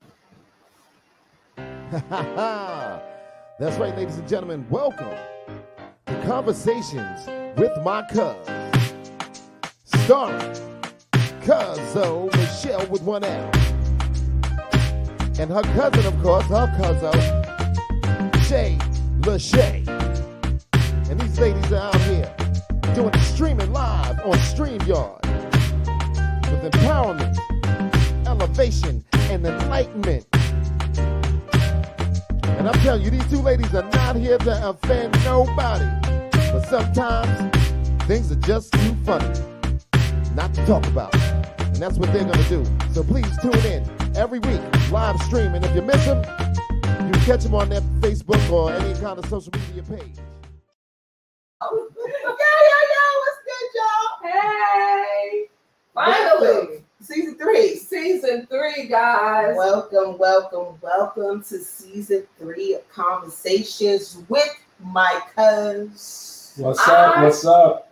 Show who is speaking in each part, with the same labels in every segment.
Speaker 1: That's right, ladies and gentlemen. Welcome to Conversations with My Cuz. Starring Cuzzo Michelle with one L. And her cousin, of course, her cuzzo, Shay Lachey. And these ladies are out here doing the streaming live on StreamYard with empowerment, elevation, and enlightenment. And I'm telling you, these two ladies are not here to offend nobody. But sometimes things are just too funny not to talk about. And that's what they're going to do. So please tune in every week, live stream. And if you miss them, you can catch them on their Facebook or any kind of social media page.
Speaker 2: yo, yo, yo, what's good, y'all? Hey! Finally!
Speaker 3: Welcome.
Speaker 2: Season three.
Speaker 3: Season three, guys.
Speaker 2: Welcome, welcome, welcome to season three of Conversations with My Cuz.
Speaker 4: What's up?
Speaker 3: I-
Speaker 4: What's up?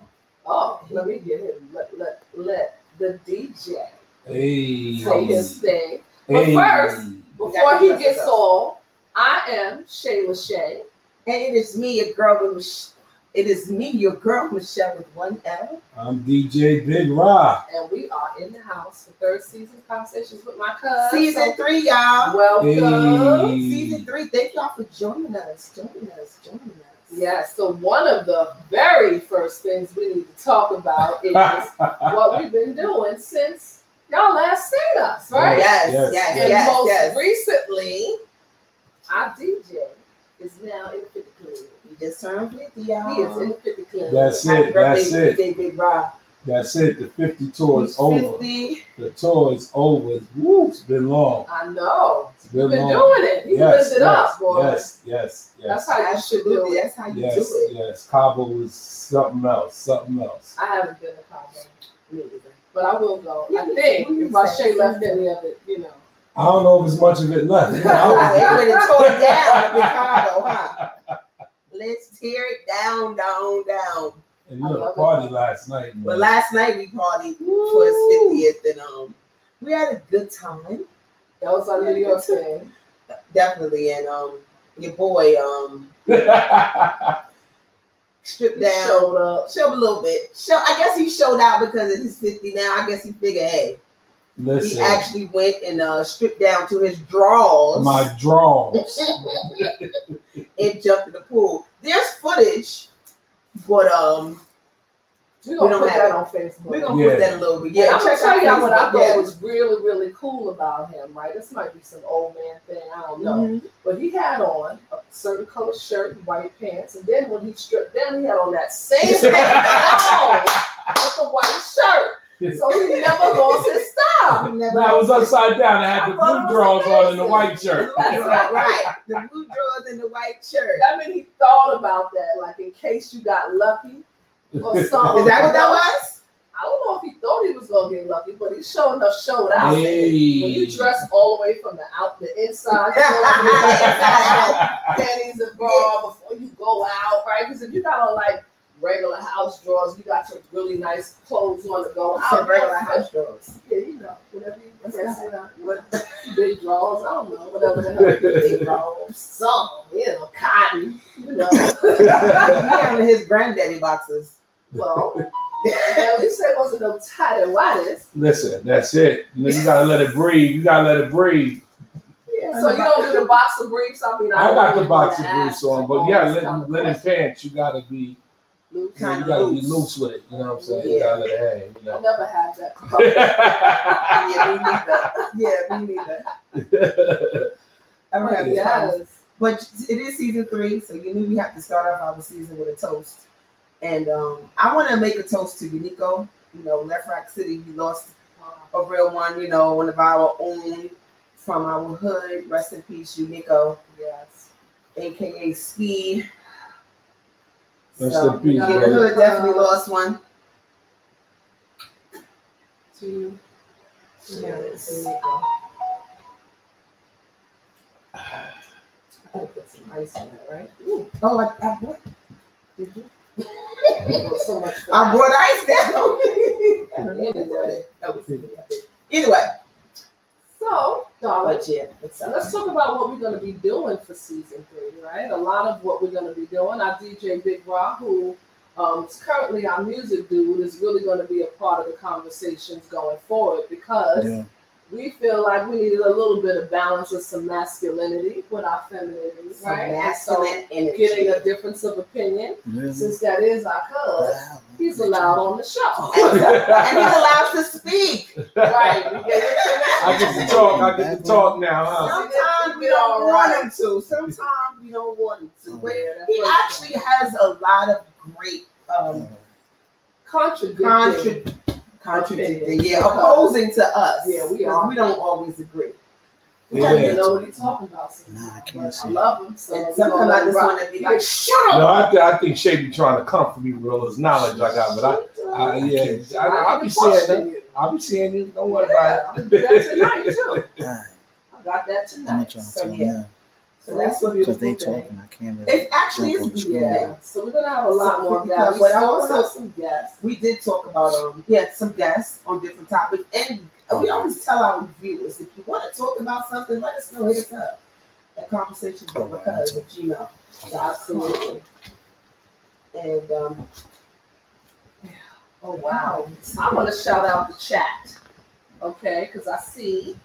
Speaker 3: oh, let me get him. Let, let, let the DJ
Speaker 4: Hey.
Speaker 3: say his thing. But first- Before
Speaker 2: gotta
Speaker 3: he
Speaker 2: dress
Speaker 3: gets
Speaker 2: it up.
Speaker 3: old, I am Shayla Shay.
Speaker 2: And it is me, your girl with Mich- it is me, your girl Michelle with one L.
Speaker 4: I'm DJ Big Rock.
Speaker 3: and we are in the house for third season conversations with my cousin.
Speaker 2: Season three, y'all.
Speaker 3: Welcome.
Speaker 4: Hey.
Speaker 2: Season three. Thank y'all for joining us. Joining us. Joining us.
Speaker 3: Yeah, so one of the very first things we need to talk about is what we've been doing since y'all last seen us, right?
Speaker 2: Yes, yes, yes,
Speaker 4: Yes,
Speaker 3: And
Speaker 2: yes.
Speaker 3: most recently, our DJ is now in 50 Club.
Speaker 2: We just turned 50, y'all.
Speaker 3: He is in 50 Club.
Speaker 4: That's
Speaker 2: Happy
Speaker 4: it. That's
Speaker 2: birthday,
Speaker 4: it.
Speaker 2: DJ Big Rob.
Speaker 4: That's it. The 50 tour is
Speaker 2: He's
Speaker 4: over.
Speaker 2: 50.
Speaker 4: The tour is over. Woo, it's been long.
Speaker 3: I know.
Speaker 4: It's
Speaker 3: He's
Speaker 4: been
Speaker 3: been
Speaker 4: long.
Speaker 3: doing it. He
Speaker 4: yes,
Speaker 3: lived it
Speaker 4: yes,
Speaker 3: up, boy.
Speaker 4: yes, yes, yes.
Speaker 3: That's how you should do it.
Speaker 2: That's how you
Speaker 4: Yes,
Speaker 2: do it.
Speaker 4: yes. Cabo was something else, something else.
Speaker 3: I haven't been to Cabo, but I will go.
Speaker 2: Yeah,
Speaker 3: I
Speaker 2: we-
Speaker 3: think
Speaker 2: we
Speaker 3: if my
Speaker 2: said
Speaker 3: Shay left
Speaker 2: something.
Speaker 3: any of it, you know.
Speaker 4: I don't know if there's much of it left. I
Speaker 2: They
Speaker 4: was-
Speaker 2: really tore it down, Ricardo, huh? Let's tear it down, down, down.
Speaker 4: and
Speaker 3: I
Speaker 4: you had a
Speaker 3: love it.
Speaker 4: party last night.
Speaker 2: But
Speaker 4: Man.
Speaker 2: last night we partied for
Speaker 3: Woo.
Speaker 2: his 50th, and um, we had a good time,
Speaker 3: That was our New York thing.
Speaker 2: definitely. And um, your boy um stripped
Speaker 3: He
Speaker 2: down,
Speaker 3: showed up.
Speaker 2: showed a little bit. Show, I guess he showed out because of his 50 now. I guess he figured, hey, he
Speaker 4: Listen,
Speaker 2: actually went and uh stripped down to his drawers.
Speaker 4: my drawings.
Speaker 2: and jumped in the pool. There's footage, but um,
Speaker 3: We're gonna
Speaker 2: don't
Speaker 3: put
Speaker 2: have
Speaker 3: that
Speaker 2: it.
Speaker 3: on Facebook.
Speaker 2: we're gonna
Speaker 4: Yeah.
Speaker 2: put that a little bit.
Speaker 3: Yeah,
Speaker 2: Yeah,
Speaker 3: I'm gonna
Speaker 2: check
Speaker 3: tell
Speaker 2: out
Speaker 3: y'all what I
Speaker 2: Facebook, yeah.
Speaker 3: thought was really, really cool about him, right? This might be some old man thing, I don't know.
Speaker 2: Mhm.
Speaker 3: But he had on a certain color shirt and white pants, and then when he stripped down, he had on that same pants that I own with the white shirt. So he never lost his style.
Speaker 2: I've never-
Speaker 4: I was upside down. I
Speaker 3: I
Speaker 4: had the
Speaker 3: thought
Speaker 4: blue
Speaker 3: it was
Speaker 4: drawers on and the white shirt.
Speaker 3: That's right.
Speaker 2: right, right. The blue drawers and the white shirt.
Speaker 3: I mean, he thought about that, like in case you got lucky or
Speaker 4: Oh,
Speaker 3: something.
Speaker 2: Is that what that was?
Speaker 3: I don't know if he thought he was gonna get lucky, but he showed enough showed out. When uh, you
Speaker 4: Hey.
Speaker 3: dress all the way from the out the inside, panties involved before you go out, right? Because if you got on like regular house drawers, you got your really nice clothes on to go out.
Speaker 2: Some regular house drawers.
Speaker 3: Yeah, you know, whatever you dress it up,
Speaker 2: What-
Speaker 3: uh, big drawers, I don't know, whatever the hell, big drawers, some, you know, cotton, you know.
Speaker 2: Yeah, with his granddaddy boxes.
Speaker 3: well, at least there wasn't no tight and whitest.
Speaker 4: Listen, that's it. You gotta let it breathe. You gotta let it breathe.
Speaker 3: Yeah, so you don't do the box of briefs. I mean,
Speaker 4: I
Speaker 3: don't
Speaker 4: got the
Speaker 3: really
Speaker 4: box of
Speaker 3: wanna
Speaker 4: briefs
Speaker 3: ask
Speaker 4: on, but
Speaker 3: all
Speaker 4: yeah,
Speaker 3: this kind of
Speaker 4: let linen
Speaker 3: questions.
Speaker 4: pants. You gotta be,
Speaker 3: Luke,
Speaker 4: you, know, you
Speaker 2: Kinda
Speaker 4: gotta be
Speaker 2: loose.
Speaker 4: loose with it. You know what I'm saying? You
Speaker 2: Yeah.
Speaker 4: gotta let it hang. You
Speaker 3: I
Speaker 4: know.
Speaker 3: never had that.
Speaker 2: Yeah, me neither. Yeah, me neither. I don't have the time.
Speaker 3: yes.
Speaker 2: But it is season three, so you knew we have to start off our season with a toast. And um, I want to make a toast to Unico. You know, Left Rock City, we lost a real one, you know, one of our own from our hood. Rest in peace, Unico,
Speaker 3: Yes.
Speaker 2: aka Ski.
Speaker 4: Rest
Speaker 2: So,
Speaker 4: in peace,
Speaker 2: yeah, the
Speaker 4: brother.
Speaker 2: hood definitely lost one.
Speaker 3: To
Speaker 2: Yes.
Speaker 3: I think that's some ice in it, right? Ooh,
Speaker 2: Oh, I, I, brought,
Speaker 3: that was so much fun.
Speaker 2: I brought ice down. anyway, that was- anyway,
Speaker 3: So, No, let's,
Speaker 2: But yeah, it's uh,
Speaker 3: so let's talk about what we're going to be doing for season three, right? A lot of what we're going to be doing. Our DJ Big Ra, who um, is currently our music dude, is really going to be a part of the conversations going forward because
Speaker 5: Yeah.
Speaker 3: we feel like we needed a little bit of balance with some masculinity with our femininity,
Speaker 2: some
Speaker 3: right? And
Speaker 2: masculine
Speaker 3: so
Speaker 2: energy.
Speaker 3: getting a difference of opinion,
Speaker 5: Yeah.
Speaker 3: since that is our cuz, he's allowed on the show.
Speaker 2: and he's allowed to speak.
Speaker 3: right. We get it.
Speaker 4: I get to talk. I get to talk now, huh?
Speaker 2: Sometimes we don't want him to. Sometimes we don't want him to. But
Speaker 3: Yeah, that's
Speaker 2: he
Speaker 3: what-
Speaker 2: actually has a lot of great um,
Speaker 3: contradicting.
Speaker 2: contra- contradicting, yeah,
Speaker 3: Opinion.
Speaker 2: opposing to us.
Speaker 3: Yeah, we
Speaker 2: 'cause
Speaker 3: are.
Speaker 2: We don't always agree.
Speaker 3: We don't
Speaker 4: Yeah.
Speaker 3: even know what he's talking about. Sometimes.
Speaker 5: Nah, I
Speaker 3: But
Speaker 5: can't
Speaker 3: I
Speaker 5: see.
Speaker 3: love him so.
Speaker 2: And
Speaker 3: we
Speaker 2: sometimes
Speaker 3: gonna
Speaker 2: I just
Speaker 3: rock.
Speaker 2: want to be like, shut up.
Speaker 4: No, I, th- I think Shady trying to comfort me with all his knowledge I got, but I, I yeah, I, I'll be saying that.
Speaker 3: it.
Speaker 4: I'll be saying it. Don't worry
Speaker 3: Yeah,
Speaker 4: about
Speaker 3: I got that tonight
Speaker 4: it.
Speaker 3: too. I
Speaker 5: Dang,
Speaker 3: got that
Speaker 5: I'm
Speaker 3: tonight.
Speaker 5: trying to
Speaker 3: So,
Speaker 5: tell
Speaker 3: yeah.
Speaker 5: them
Speaker 3: so that's a
Speaker 5: because
Speaker 3: beautiful
Speaker 5: they
Speaker 3: thing.
Speaker 5: talking. I can't really.
Speaker 2: It actually
Speaker 5: Jump on the
Speaker 2: is
Speaker 5: screen.
Speaker 2: yeah.
Speaker 3: Yeah. So we're gonna have a lot
Speaker 2: So,
Speaker 3: more of that.
Speaker 2: because
Speaker 3: We
Speaker 2: what I
Speaker 3: still
Speaker 2: also-
Speaker 3: have some guests.
Speaker 2: We did talk about um we had some guests on different topics and we always tell our viewers if you want to talk about something, let us know, hit us up. At conversations
Speaker 5: Oh,
Speaker 2: with us at Gmail.
Speaker 3: Absolutely.
Speaker 2: And um
Speaker 3: Oh wow. I want to shout out the chat. Okay, because I see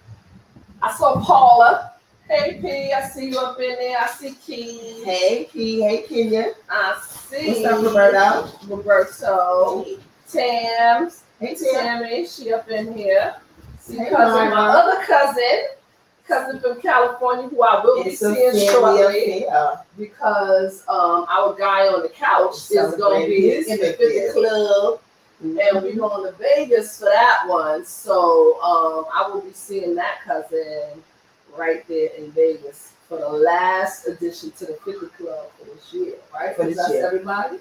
Speaker 3: I saw Paula. Hey P, I see you up in there. I see Key.
Speaker 2: hey P, hey Kenya.
Speaker 3: I see
Speaker 2: What's up, Roberto?
Speaker 3: Roberto. Tam.
Speaker 2: Hey Tim.
Speaker 3: Tammy, she up in here. See
Speaker 2: Hey,
Speaker 3: cousin, my
Speaker 2: Mama.
Speaker 3: other cousin, cousin from California, who I will be
Speaker 2: It's a
Speaker 3: seeing shortly
Speaker 2: family affair.
Speaker 3: because um, our guy on the couch is going to
Speaker 2: Celebrating
Speaker 3: be
Speaker 2: his
Speaker 3: in the
Speaker 2: fiftieth.
Speaker 3: fifty club, and we're going to Vegas for that one. So um, I will be seeing that cousin right there in Vegas for the last addition to the fifty club for this year. Right?
Speaker 2: For this
Speaker 3: That's
Speaker 2: year.
Speaker 3: everybody.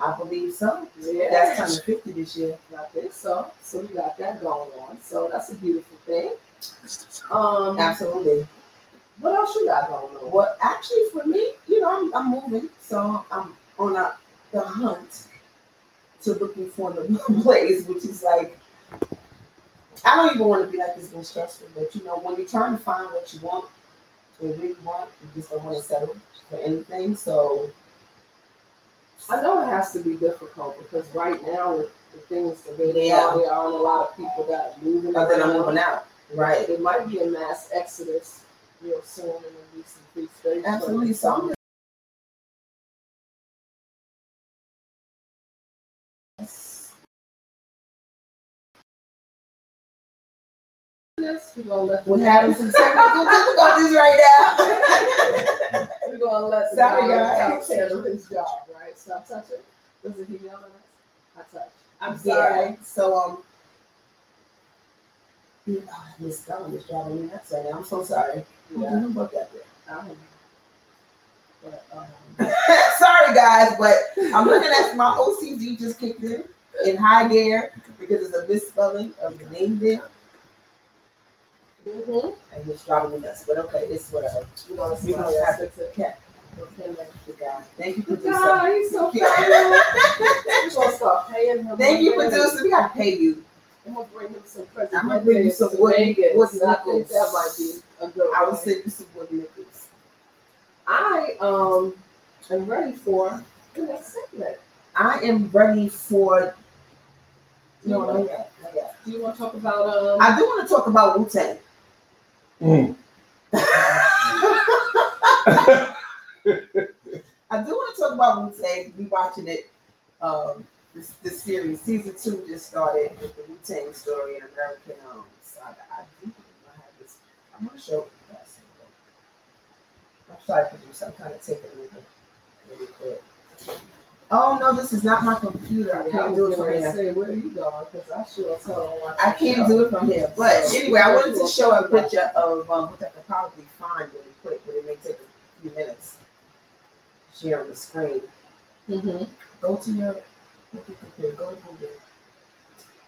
Speaker 2: I believe so.
Speaker 3: Yeah.
Speaker 2: That's turning fifty this year.
Speaker 3: I think so. So we got that going on. So that's a beautiful thing. Um,
Speaker 2: Absolutely.
Speaker 3: what else you got going on?
Speaker 2: Well, actually, for me, you know, I'm, I'm moving, so I'm on a, the hunt to looking for the one place, which is like, I don't even want to be like this been stressful, but you know, when you're trying to find what you want, what you really want, you just don't want to settle for anything. So,
Speaker 3: I know it has to be difficult because right now with the things the way they
Speaker 2: Yeah.
Speaker 3: are, there aren't a lot of people that are moving.
Speaker 2: but then I'm
Speaker 3: around.
Speaker 2: moving out, right?
Speaker 3: It might be a mass exodus real soon, and there'll be some free space.
Speaker 2: Absolutely. So I'm just.
Speaker 3: Yes, we're gonna let
Speaker 2: We're having some technical difficulties right now.
Speaker 3: we're gonna let the
Speaker 2: Sorry,
Speaker 3: guy on the
Speaker 2: guys.
Speaker 3: couch handle his job, right? Stop touching. Doesn't he yell at us? I touch. I'm
Speaker 2: Yeah,
Speaker 3: sorry.
Speaker 2: So um, yeah, oh, Miss Dunham is driving me nuts right now. I'm so sorry.
Speaker 3: Yeah.
Speaker 2: I don't know about that bit.
Speaker 3: Um, but, um,
Speaker 2: sorry guys, but I'm looking at my OCD just kicked in in high gear because it's a misspelling of the name there,
Speaker 3: Mhm.
Speaker 2: and it's driving me nuts. But okay, it's whatever.
Speaker 3: We're gonna see
Speaker 2: We
Speaker 3: what
Speaker 2: don't have
Speaker 3: happens.
Speaker 2: to cat. guy. Thank you, producer.
Speaker 3: God, he's so
Speaker 2: Yeah.
Speaker 3: fabulous. We're gonna start paying him.
Speaker 2: Thank you,
Speaker 3: I'm gonna-
Speaker 2: producer. We gotta pay you.
Speaker 3: I'm gonna bring him some
Speaker 2: I'm gonna bring you some
Speaker 3: presents to
Speaker 2: wooden-
Speaker 3: Vegas.
Speaker 2: wooden
Speaker 3: I think
Speaker 2: nickels.
Speaker 3: that might be a good
Speaker 2: I will
Speaker 3: one.
Speaker 2: send you some wood nickels.
Speaker 3: I, um, am ready for the next segment.
Speaker 2: I am ready for. No,
Speaker 3: No,
Speaker 2: no,
Speaker 3: no,
Speaker 2: no, no.
Speaker 3: Do you wanna talk about, um,
Speaker 2: I do want to talk about Wu Tang.
Speaker 4: Mm.
Speaker 2: I do want to talk about Wu Tang. We watching it. Um, this, this series, season two, just started with the Wu Tang story and American um, Saga. I do I have this. I'm gonna show you guys. something. I'm sorry, producer. I'm kind of taking a little really quick. Oh no, this is not my computer. I
Speaker 3: I
Speaker 2: can't
Speaker 3: was
Speaker 2: do it from
Speaker 3: gonna
Speaker 2: here.
Speaker 3: say, where are you going? Cause I sure as hell don't want
Speaker 2: I
Speaker 3: to
Speaker 2: can't
Speaker 3: go.
Speaker 2: do it from here. But anyway, I wanted to show a picture of um, which I could probably find really quick, but it may take a few minutes. Share on the screen.
Speaker 3: Mhm.
Speaker 2: Go to your go to your Google.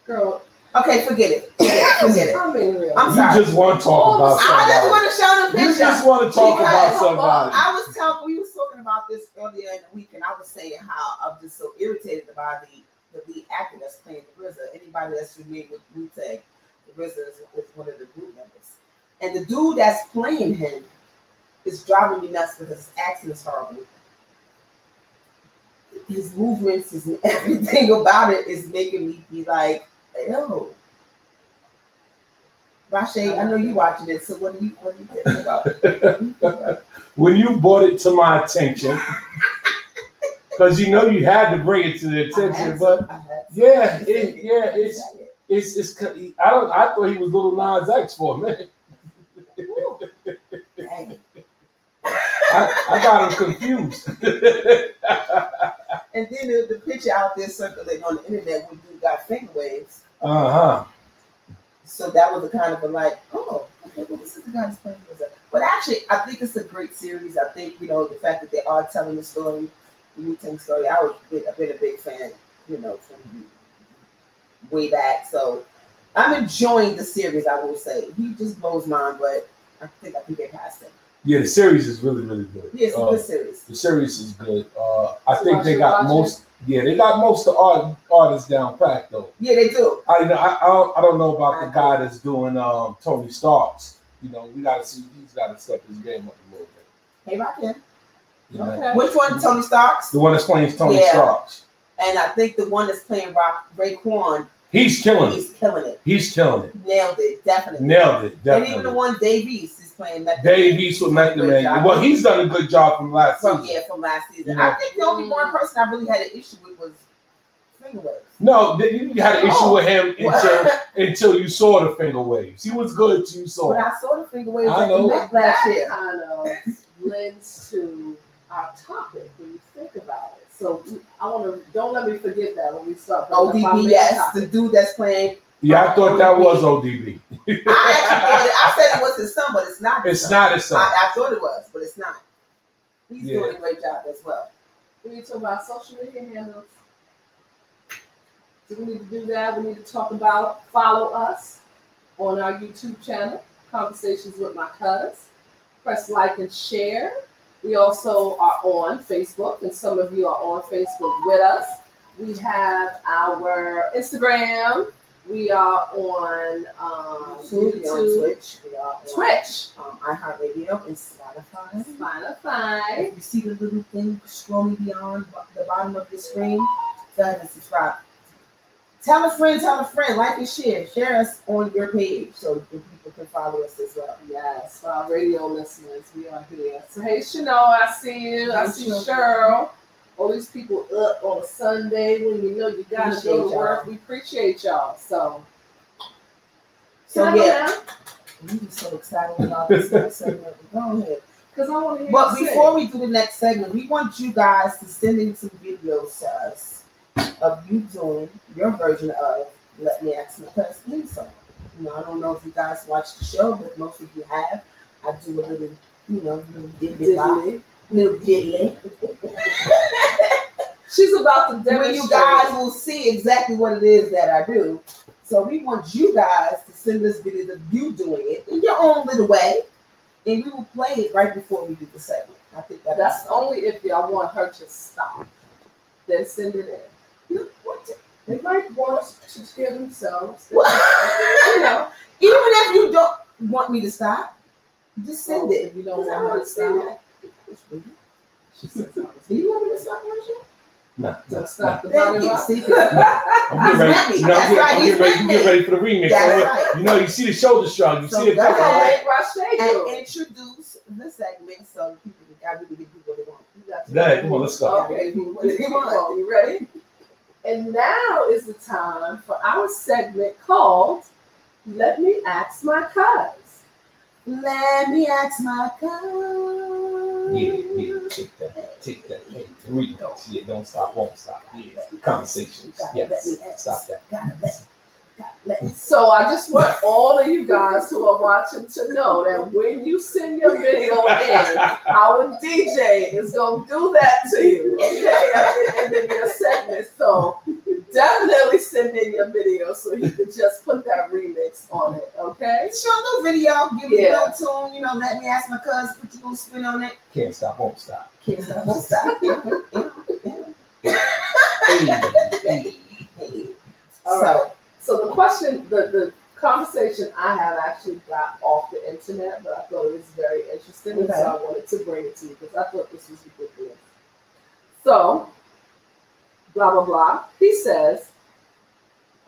Speaker 3: Girl,
Speaker 2: Okay, forget it. Forget it.
Speaker 3: I'm being real.
Speaker 2: I'm sorry.
Speaker 4: You just want to talk
Speaker 3: Oh,
Speaker 4: about
Speaker 2: I just
Speaker 4: somebody.
Speaker 2: want to show the
Speaker 4: You
Speaker 2: picture.
Speaker 4: just want to talk about
Speaker 2: Because-
Speaker 4: somebody.
Speaker 2: I was talking. We was talking about this earlier in the week, and I was saying how I'm just so irritated by the the lead actor that's playing the RZA. Anybody that's familiar with Wu Tang, the RZA is, is one of the group members. And the dude that's playing him is driving me nuts because his accent is horrible. His movements, his everything about it is making me be like, yo. Rashay, I know you watching it, so what do you what do you think about it? What do you think about it?
Speaker 4: When you brought it to my attention, because you know you had to bring it to
Speaker 2: I
Speaker 4: the
Speaker 2: had
Speaker 4: attention,
Speaker 2: to-
Speaker 4: but
Speaker 2: I had to.
Speaker 4: yeah, it, yeah, it's it's it's. c- I don't. I thought he was little Nas X for a minute.
Speaker 2: Ooh. Dang it.
Speaker 4: I, I got him confused.
Speaker 2: And then the, the picture out there circulating on the internet when dude got finger waves.
Speaker 4: Uh huh.
Speaker 2: So that was a kind of a like, oh, okay, well, this is the guy's playing with us. But actually, I think it's a great series. I think, you know, the fact that they are telling the story, the Wu Tang story, I was, I've been a big fan, you know, from way back. So I'm enjoying the series, I will say. He just blows mine, but I think I can get past it.
Speaker 4: Yeah, the series is really really good.
Speaker 2: Yeah, it's a
Speaker 4: Uh,
Speaker 2: good series.
Speaker 4: the series is good. Uh, I
Speaker 3: So
Speaker 4: think
Speaker 3: I
Speaker 4: they
Speaker 3: should
Speaker 4: got
Speaker 3: watch
Speaker 4: most. Yeah, they got most of art, artists down pat though.
Speaker 2: Yeah, they do.
Speaker 4: I, I I don't- I don't know about the guy that's doing um Tony Starks. You know, we gotta see. He's gotta step his game up a little bit.
Speaker 2: Hey, Rockin'.
Speaker 4: You know?
Speaker 3: Okay.
Speaker 2: Which one, Tony Starks?
Speaker 4: The one that's playing Tony
Speaker 2: Yeah.
Speaker 4: Starks.
Speaker 2: And I think the one that's playing Rock Raekwon,
Speaker 4: He's killing it.
Speaker 2: he's killing it.
Speaker 4: He's killing it.
Speaker 2: Nailed it, definitely.
Speaker 4: Nailed
Speaker 2: And even
Speaker 4: it.
Speaker 2: the
Speaker 4: Definitely.
Speaker 2: one Davies is playing that.
Speaker 4: Dave East with McNamara. Well, he's done a good job from last
Speaker 2: from
Speaker 4: season.
Speaker 2: yeah from last season.
Speaker 4: Yeah.
Speaker 2: I think the only one person I really had an issue with was finger waves.
Speaker 4: No, th- you had an issue
Speaker 2: Oh.
Speaker 4: with him until,
Speaker 2: but
Speaker 4: until you saw the finger waves. He was good till you saw him.
Speaker 2: I saw the finger waves
Speaker 4: I
Speaker 2: at the
Speaker 4: know.
Speaker 2: Met last year.
Speaker 3: kind of lends to our topic when you think about it. So we- I want to don't let me forget that when we start. bringing up our main
Speaker 2: ODBS,
Speaker 3: topic.
Speaker 2: the dude that's playing.
Speaker 4: Yeah, I thought that was ODB.
Speaker 2: I actually thought it, I said it was his son, but it's not. his
Speaker 4: It's
Speaker 2: son.
Speaker 4: not his son.
Speaker 2: I, I thought it was, but it's not. He's
Speaker 4: Yeah.
Speaker 2: doing a great job as well.
Speaker 3: We need to talk about social media handles. Do we need to do that? We need to talk about follow us on our YouTube channel, Conversations with My Cuz. Press like and share. We also are on Facebook, and some of you are on Facebook with us. We have our Instagram. We are on um,
Speaker 2: we are on
Speaker 3: YouTube,
Speaker 2: Twitch, we are on
Speaker 3: Twitch,
Speaker 2: um, iHeartRadio, and Spotify.
Speaker 3: Spotify.
Speaker 2: If you see the little thing scrolling beyond bu- the bottom of the screen, go ahead and subscribe. Tell a friend, tell a friend, like and share. Share us on your page so the people can follow us as well.
Speaker 3: Yes, for our radio listeners, we are here. So hey, Chanel, I see you. I see Cheryl. All these people up on a Sunday when you know you got to go
Speaker 2: Appreciate
Speaker 3: to
Speaker 2: y'all.
Speaker 3: work. We appreciate y'all. So,
Speaker 2: So yeah, we are so excited about this next segment. Go ahead.
Speaker 3: because I want to hear.
Speaker 2: But
Speaker 3: you say
Speaker 2: before
Speaker 3: it.
Speaker 2: we do the next segment, we want you guys to send in some videos to us of you doing your version of Let Me Ask My Cuz theme song. You know, I don't know if you guys watch the show, but most of you have. I do a little, you know, little diddly, bop,
Speaker 3: Diddly.
Speaker 2: little diddly.
Speaker 3: she's about to
Speaker 2: Then when
Speaker 3: demonstrate.
Speaker 2: you guys will see exactly what it is that I do. So we want you guys to send us videos of you doing it in your own little way, and we will play it right before we do the segment. I think that
Speaker 3: That's
Speaker 2: is-
Speaker 3: only if y'all want her to stop. Then send it in.
Speaker 2: You- what the-
Speaker 3: They might want to scare themselves.
Speaker 2: What?
Speaker 3: you know,
Speaker 2: Even if you don't want me to stop, just send it.
Speaker 3: If you don't
Speaker 2: Because I
Speaker 3: want her
Speaker 2: don't
Speaker 3: to
Speaker 2: understand
Speaker 3: stop,
Speaker 2: that.
Speaker 3: she says, "No,
Speaker 2: Do you want me to stop Marsha?
Speaker 4: Nah, nah,
Speaker 3: don't
Speaker 4: nah.
Speaker 3: stop the
Speaker 2: Thank you. See,
Speaker 4: I'm getting ready.
Speaker 2: He's
Speaker 4: You know, I'm
Speaker 2: happy.
Speaker 4: getting,
Speaker 2: That's
Speaker 4: I'm
Speaker 2: right,
Speaker 4: getting ready.
Speaker 2: he's
Speaker 4: You get ready for the remix.
Speaker 2: That's right.
Speaker 4: You know, you see the shoulder shrug. You
Speaker 2: So
Speaker 4: see the
Speaker 2: go
Speaker 4: picture.
Speaker 2: ahead.
Speaker 3: Hey, Rashay,
Speaker 2: and
Speaker 3: you.
Speaker 2: introduce the segment so people can I really do what they want.
Speaker 4: Go ahead, come on, let's go.
Speaker 3: Okay,
Speaker 2: Come on.
Speaker 3: come on, you ready? And now is the time for our segment called Let Me Ask My Cuz.
Speaker 2: Let me ask my God.
Speaker 4: Yeah, yeah, take that, take that. Hey, three notes. Yeah, don't stop, won't stop. Yeah, conversations. Yes, stop that.
Speaker 2: Gotta let, gotta let.
Speaker 3: So I just want all of you guys who are watching to know that when you send your video in, our DJ is gonna do that to you, okay? And then your segment, so definitely send in your video so he can just put that remix on it, okay?
Speaker 2: Show a little video, give me
Speaker 3: Yeah.
Speaker 2: a little tune, you know, let me ask my cuz, put your little spin on it.
Speaker 4: Can't stop, won't stop.
Speaker 2: Kids don't stop.
Speaker 4: Hey, hey.
Speaker 2: So,
Speaker 3: So the question, the, the conversation I have actually got off the internet, but I thought it was very interesting, and so I wanted to bring it to you because I thought this was ridiculous. So, blah blah blah. He says,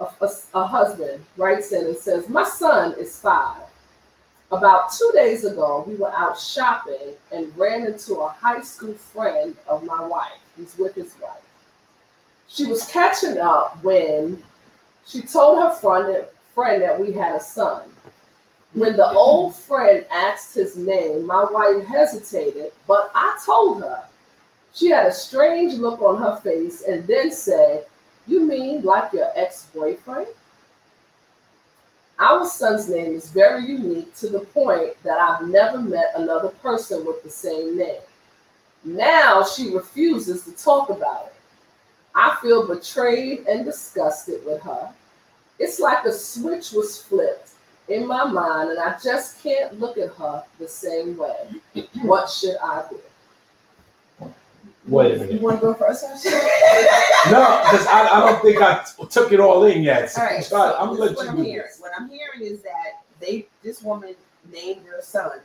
Speaker 3: a, a, a husband writes in and says, "My son is five. About two days ago, we were out shopping and ran into a high school friend of my wife. He's with his wife. She was catching up when she told her friend that, friend that we had a son. When the old friend asked his name, my wife hesitated, but I told her. She had a strange look on her face and then said, You mean like your ex boyfriend? Our son's name is very unique to the point that I've never met another person with the same name. Now she refuses to talk about it. I feel betrayed and disgusted with her. It's like a switch was flipped in my mind, and I just can't look at her the same way. What should I do?
Speaker 4: Wait a
Speaker 5: You
Speaker 4: minute.
Speaker 5: want to go first? Ashley?
Speaker 4: No, because I, I don't think I t- took it all in yet. So
Speaker 2: All right.
Speaker 4: try-
Speaker 2: so this
Speaker 4: I'm gonna
Speaker 2: is
Speaker 4: let
Speaker 2: what
Speaker 4: you
Speaker 2: I'm
Speaker 4: do
Speaker 2: hearing.
Speaker 4: this.
Speaker 2: What I'm hearing is that they, this woman named her son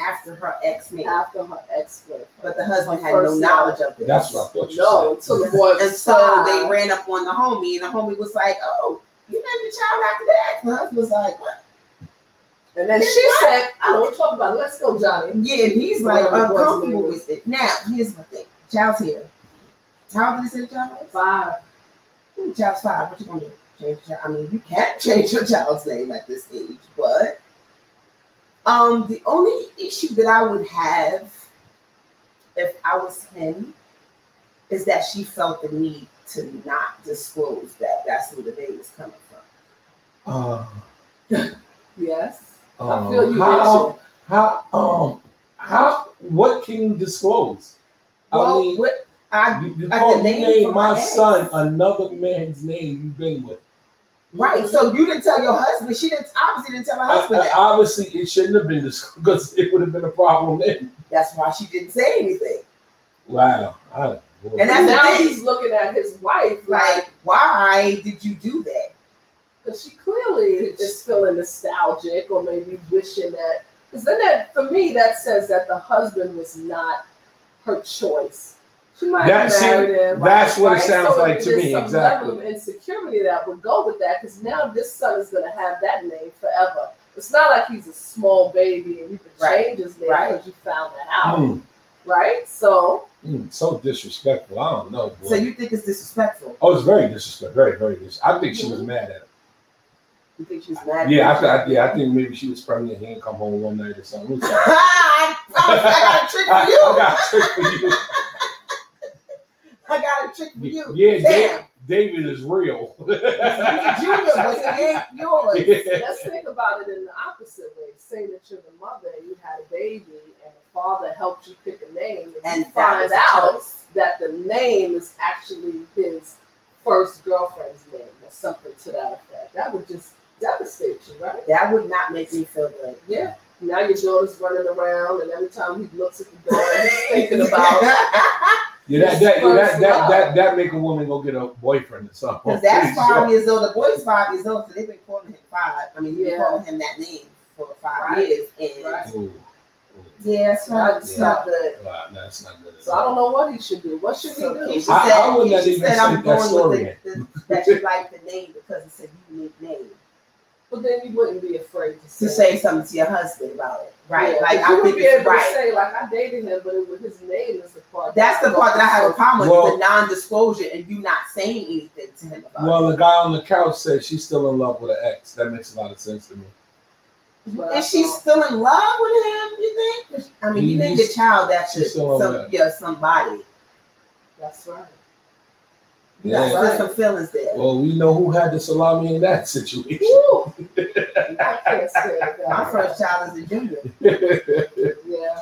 Speaker 2: after her ex mate,
Speaker 3: After her ex boyfriend.
Speaker 2: but the husband had no
Speaker 3: Uh, First
Speaker 2: knowledge of this.
Speaker 4: That's what I thought you
Speaker 3: No, until the boy was
Speaker 2: And so
Speaker 3: five.
Speaker 2: they ran up on the homie, and the homie was like, "Oh, you named your child after that?" And the husband was like, "What?"
Speaker 3: And then she said, I don't want to talk about it. Let's go, Johnny.
Speaker 2: Yeah, and he's like
Speaker 3: Well, it was
Speaker 2: uncomfortable
Speaker 3: weird.
Speaker 2: with it. Now, here's my thing. Child's here. How old is it, child? is?
Speaker 3: Five.
Speaker 2: Hmm, Child's five. What you gonna do? Change your, I mean, you can't change your child's name at this age, but um, the only issue that I would have if I was him is that she felt the need to not disclose that that's where the baby was coming from.
Speaker 4: Uh,
Speaker 3: Yes.
Speaker 4: um,
Speaker 3: I feel you.
Speaker 4: How,
Speaker 3: Rachel.
Speaker 4: how, um, how, what can you disclose?
Speaker 2: Well,
Speaker 4: I mean,
Speaker 2: what I
Speaker 4: you, you,
Speaker 2: I
Speaker 4: call,
Speaker 2: can
Speaker 4: you
Speaker 2: name
Speaker 4: named
Speaker 2: from
Speaker 4: my
Speaker 2: my ex.
Speaker 4: son another man's name you've been with.
Speaker 2: right, so you didn't tell your husband. She didn't obviously didn't tell her
Speaker 4: I,
Speaker 2: husband
Speaker 4: I-
Speaker 2: that.
Speaker 4: obviously, it shouldn't have been this because it would have been a problem then.
Speaker 2: That's why she didn't say anything.
Speaker 4: Wow. I, boy.
Speaker 2: And that's the
Speaker 3: now
Speaker 2: thing.
Speaker 3: he's looking at his wife like,
Speaker 2: Like, why did you do that?
Speaker 3: because she clearly is feeling nostalgic or maybe wishing that. Because then that, for me, that says that the husband was not her choice. She might have
Speaker 4: That- see,
Speaker 3: married him.
Speaker 4: that's what it
Speaker 3: right?
Speaker 4: sounds
Speaker 3: So
Speaker 4: like to
Speaker 3: there's
Speaker 4: me,
Speaker 3: some
Speaker 4: exactly.
Speaker 3: level of insecurity that would go with that because now this son is going to have that name forever. It's not like he's a small baby and you can
Speaker 2: Right,
Speaker 3: change his name
Speaker 2: right.
Speaker 3: because you found that out,
Speaker 4: Mm,
Speaker 3: right? So
Speaker 4: mm, so disrespectful. I don't know. Boy.
Speaker 2: So you think it's disrespectful?
Speaker 4: oh, it's very disrespectful. Very, very disrespectful. I think she
Speaker 2: Mm-hmm.
Speaker 4: was mad at him.
Speaker 2: You think she's mad?
Speaker 4: Yeah, I, th- I, yeah, I think maybe she was pregnant. He didn't come home one night or something. It was like,
Speaker 2: I, I got a trick
Speaker 4: I,
Speaker 2: for you.
Speaker 4: got a trick for you.
Speaker 2: I got a trick for you.
Speaker 4: Yeah,
Speaker 2: Damn.
Speaker 4: David, David is real.
Speaker 2: Junior was it ain't yours.
Speaker 3: Let's think about it in the opposite way. Say that you're the mother and you had a baby and the father helped you pick a name and,
Speaker 2: And
Speaker 3: you
Speaker 2: that was
Speaker 3: find
Speaker 2: a
Speaker 3: out
Speaker 2: choice.
Speaker 3: that the name is actually his first girlfriend's name or something to that effect. That would just devastate you, right?
Speaker 2: That would not make me feel good.
Speaker 3: Yeah. Now your daughter's running around and every time he looks at the door he's thinking about
Speaker 4: Yeah, that that, yeah, that, that,
Speaker 3: First
Speaker 4: that that make a woman go get a boyfriend or something.
Speaker 2: because that's five years old. The boy's five years old, so they've been calling him five. I mean, you've been
Speaker 3: Yeah.
Speaker 2: calling him that name for five
Speaker 3: Right.
Speaker 2: years, and
Speaker 3: Right.
Speaker 4: Ooh,
Speaker 2: yeah, it's not, it's
Speaker 4: Yeah.
Speaker 2: not good.
Speaker 4: wow, no, that's not good. at
Speaker 3: So I
Speaker 4: all.
Speaker 3: don't know what he should do. What should he
Speaker 2: So
Speaker 3: do?
Speaker 2: Keisha
Speaker 4: I- I
Speaker 2: said-
Speaker 4: wouldn't have
Speaker 2: Keisha
Speaker 4: even
Speaker 2: said, I'm
Speaker 4: said that
Speaker 2: going
Speaker 4: story,
Speaker 2: with the, the, that you like the name because it's a unique name.
Speaker 3: But then you wouldn't be afraid to say
Speaker 2: To say something to your husband about it, right?
Speaker 3: Yeah, but
Speaker 2: like
Speaker 3: you
Speaker 2: I
Speaker 3: would
Speaker 2: think
Speaker 3: be able
Speaker 2: it's
Speaker 3: to
Speaker 2: right.
Speaker 3: Say like I dated him, but it was his name is the part.
Speaker 2: That's the part that I have a problem with
Speaker 4: Well-
Speaker 2: the non-disclosure and you not saying anything to him about
Speaker 4: Well, the guy on the couch said she's still in love with an ex. That makes a lot of sense to me.
Speaker 2: it. Is she still in love with him? You think? I mean, you named your child after
Speaker 4: Mm-hmm. She's still in
Speaker 2: some,
Speaker 4: love.
Speaker 2: yeah, somebody.
Speaker 3: That's right.
Speaker 2: You got
Speaker 4: Yeah.
Speaker 2: still some feelings there.
Speaker 4: Well, we know who had the salami in that situation.
Speaker 3: Woo! I can't say that.
Speaker 2: My first child is a junior
Speaker 3: Yeah.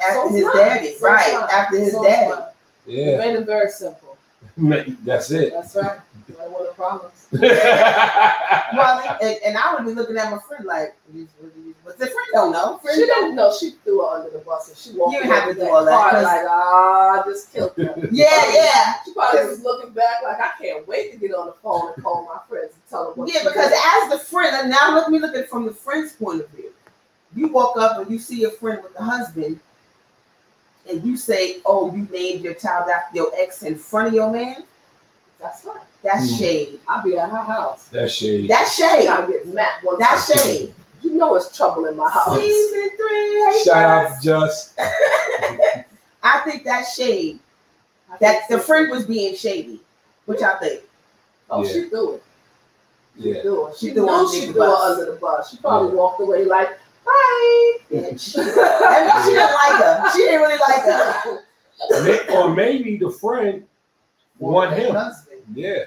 Speaker 2: after
Speaker 3: So
Speaker 2: his
Speaker 3: fine.
Speaker 2: daddy,
Speaker 3: So
Speaker 2: right?
Speaker 3: fine.
Speaker 2: After his
Speaker 3: So
Speaker 2: daddy.
Speaker 3: fine. You
Speaker 4: yeah,
Speaker 3: made it very simple.
Speaker 4: man, that's it.
Speaker 3: That's right. Like one of the problems.
Speaker 2: Well, and, and I would be looking at my friend like, "What are you- what are you- But the friend don't know. Friend
Speaker 3: She
Speaker 2: don't.
Speaker 3: didn't know. She threw her under the bus and she walked
Speaker 2: You
Speaker 3: away
Speaker 2: have to
Speaker 3: with
Speaker 2: do all that,
Speaker 3: card
Speaker 2: 'cause-
Speaker 3: Like, ah, I just killed her.
Speaker 2: Yeah, yeah.
Speaker 3: She probably was looking back like, I can't wait to get on the phone and call my friends and tell them what
Speaker 2: Yeah,
Speaker 3: she
Speaker 2: because
Speaker 3: did.
Speaker 2: as the friend, and now let me look at it from the friend's point of view. You walk up and you see your friend with the husband, and you say, "Oh, you named your child after your ex in front of your man."
Speaker 3: that's right.
Speaker 2: That's
Speaker 4: Mm.
Speaker 2: shade.
Speaker 3: I'll be at her house.
Speaker 4: That shade.
Speaker 2: That's
Speaker 3: Hey,
Speaker 2: shade.
Speaker 3: I get mad one time.
Speaker 2: That's shade.
Speaker 3: You know it's trouble in my house.
Speaker 2: Season three. hey,
Speaker 4: Shout
Speaker 2: guys.
Speaker 4: out, just
Speaker 2: I think that's shade. That the friend was being shady, which I think.
Speaker 3: Oh,
Speaker 4: Yeah.
Speaker 3: she threw it. She
Speaker 4: yeah.
Speaker 3: threw it.
Speaker 2: She
Speaker 3: She
Speaker 2: threw it
Speaker 3: knew
Speaker 2: under
Speaker 3: she
Speaker 2: the
Speaker 3: threw
Speaker 2: bus.
Speaker 3: her under the bus. She probably
Speaker 4: Yeah.
Speaker 3: walked away like, bye,
Speaker 2: bitch. And she
Speaker 3: bitch.
Speaker 2: didn't like her. She didn't really like her.
Speaker 4: May- or maybe the friend want him.
Speaker 2: Husband.
Speaker 4: Yeah,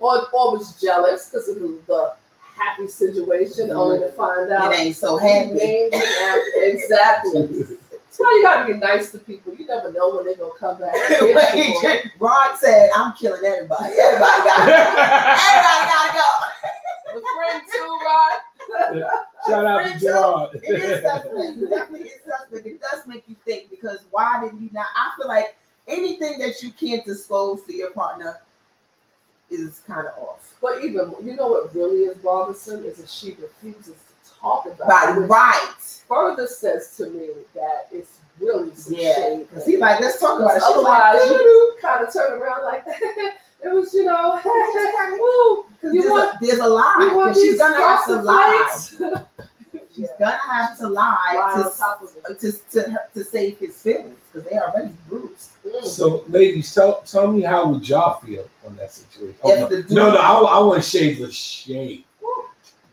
Speaker 3: or, or was jealous because it was the happy situation, only to find out.
Speaker 2: Mm-hmm. It ain't so
Speaker 3: Hand
Speaker 2: happy.
Speaker 3: me out. exactly. That's why you gotta be nice to people. You never know when they're gonna come back. and get you for it.
Speaker 2: Rod said, "I'm killing everybody. Everybody got. Everybody gotta go."
Speaker 3: With friend too, Rod.
Speaker 4: shout out to Gerard.
Speaker 2: It is suspect. It definitely is suspect. It does make you think because why did you not? I feel like anything that you can't disclose to your partner is kind of off.
Speaker 3: But even you know what really is bothersome is that she refuses to talk about
Speaker 2: But
Speaker 3: it. which
Speaker 2: right,
Speaker 3: Further says to me that it's really some
Speaker 2: yeah.
Speaker 3: shade.
Speaker 2: Because he's like, let's talk about it. She's
Speaker 3: Otherwise,
Speaker 2: like,
Speaker 3: you kind of turn around like it was, you know, woo.
Speaker 2: Because
Speaker 3: You
Speaker 2: there's,
Speaker 3: want-
Speaker 2: a, there's a lie.
Speaker 3: You want
Speaker 2: 'Cause she's
Speaker 3: these
Speaker 2: gonna have to lie.
Speaker 3: sacrifice?
Speaker 2: She's gonna have to lie
Speaker 3: Lie on top of it.
Speaker 2: to to to, her- to save his feelings because they already bruised.
Speaker 3: Mm.
Speaker 4: So, ladies, tell tell me how would y'all feel on that situation? Oh,
Speaker 2: If
Speaker 4: no.
Speaker 2: the dude-
Speaker 4: no, no, I, I want to shade the shade.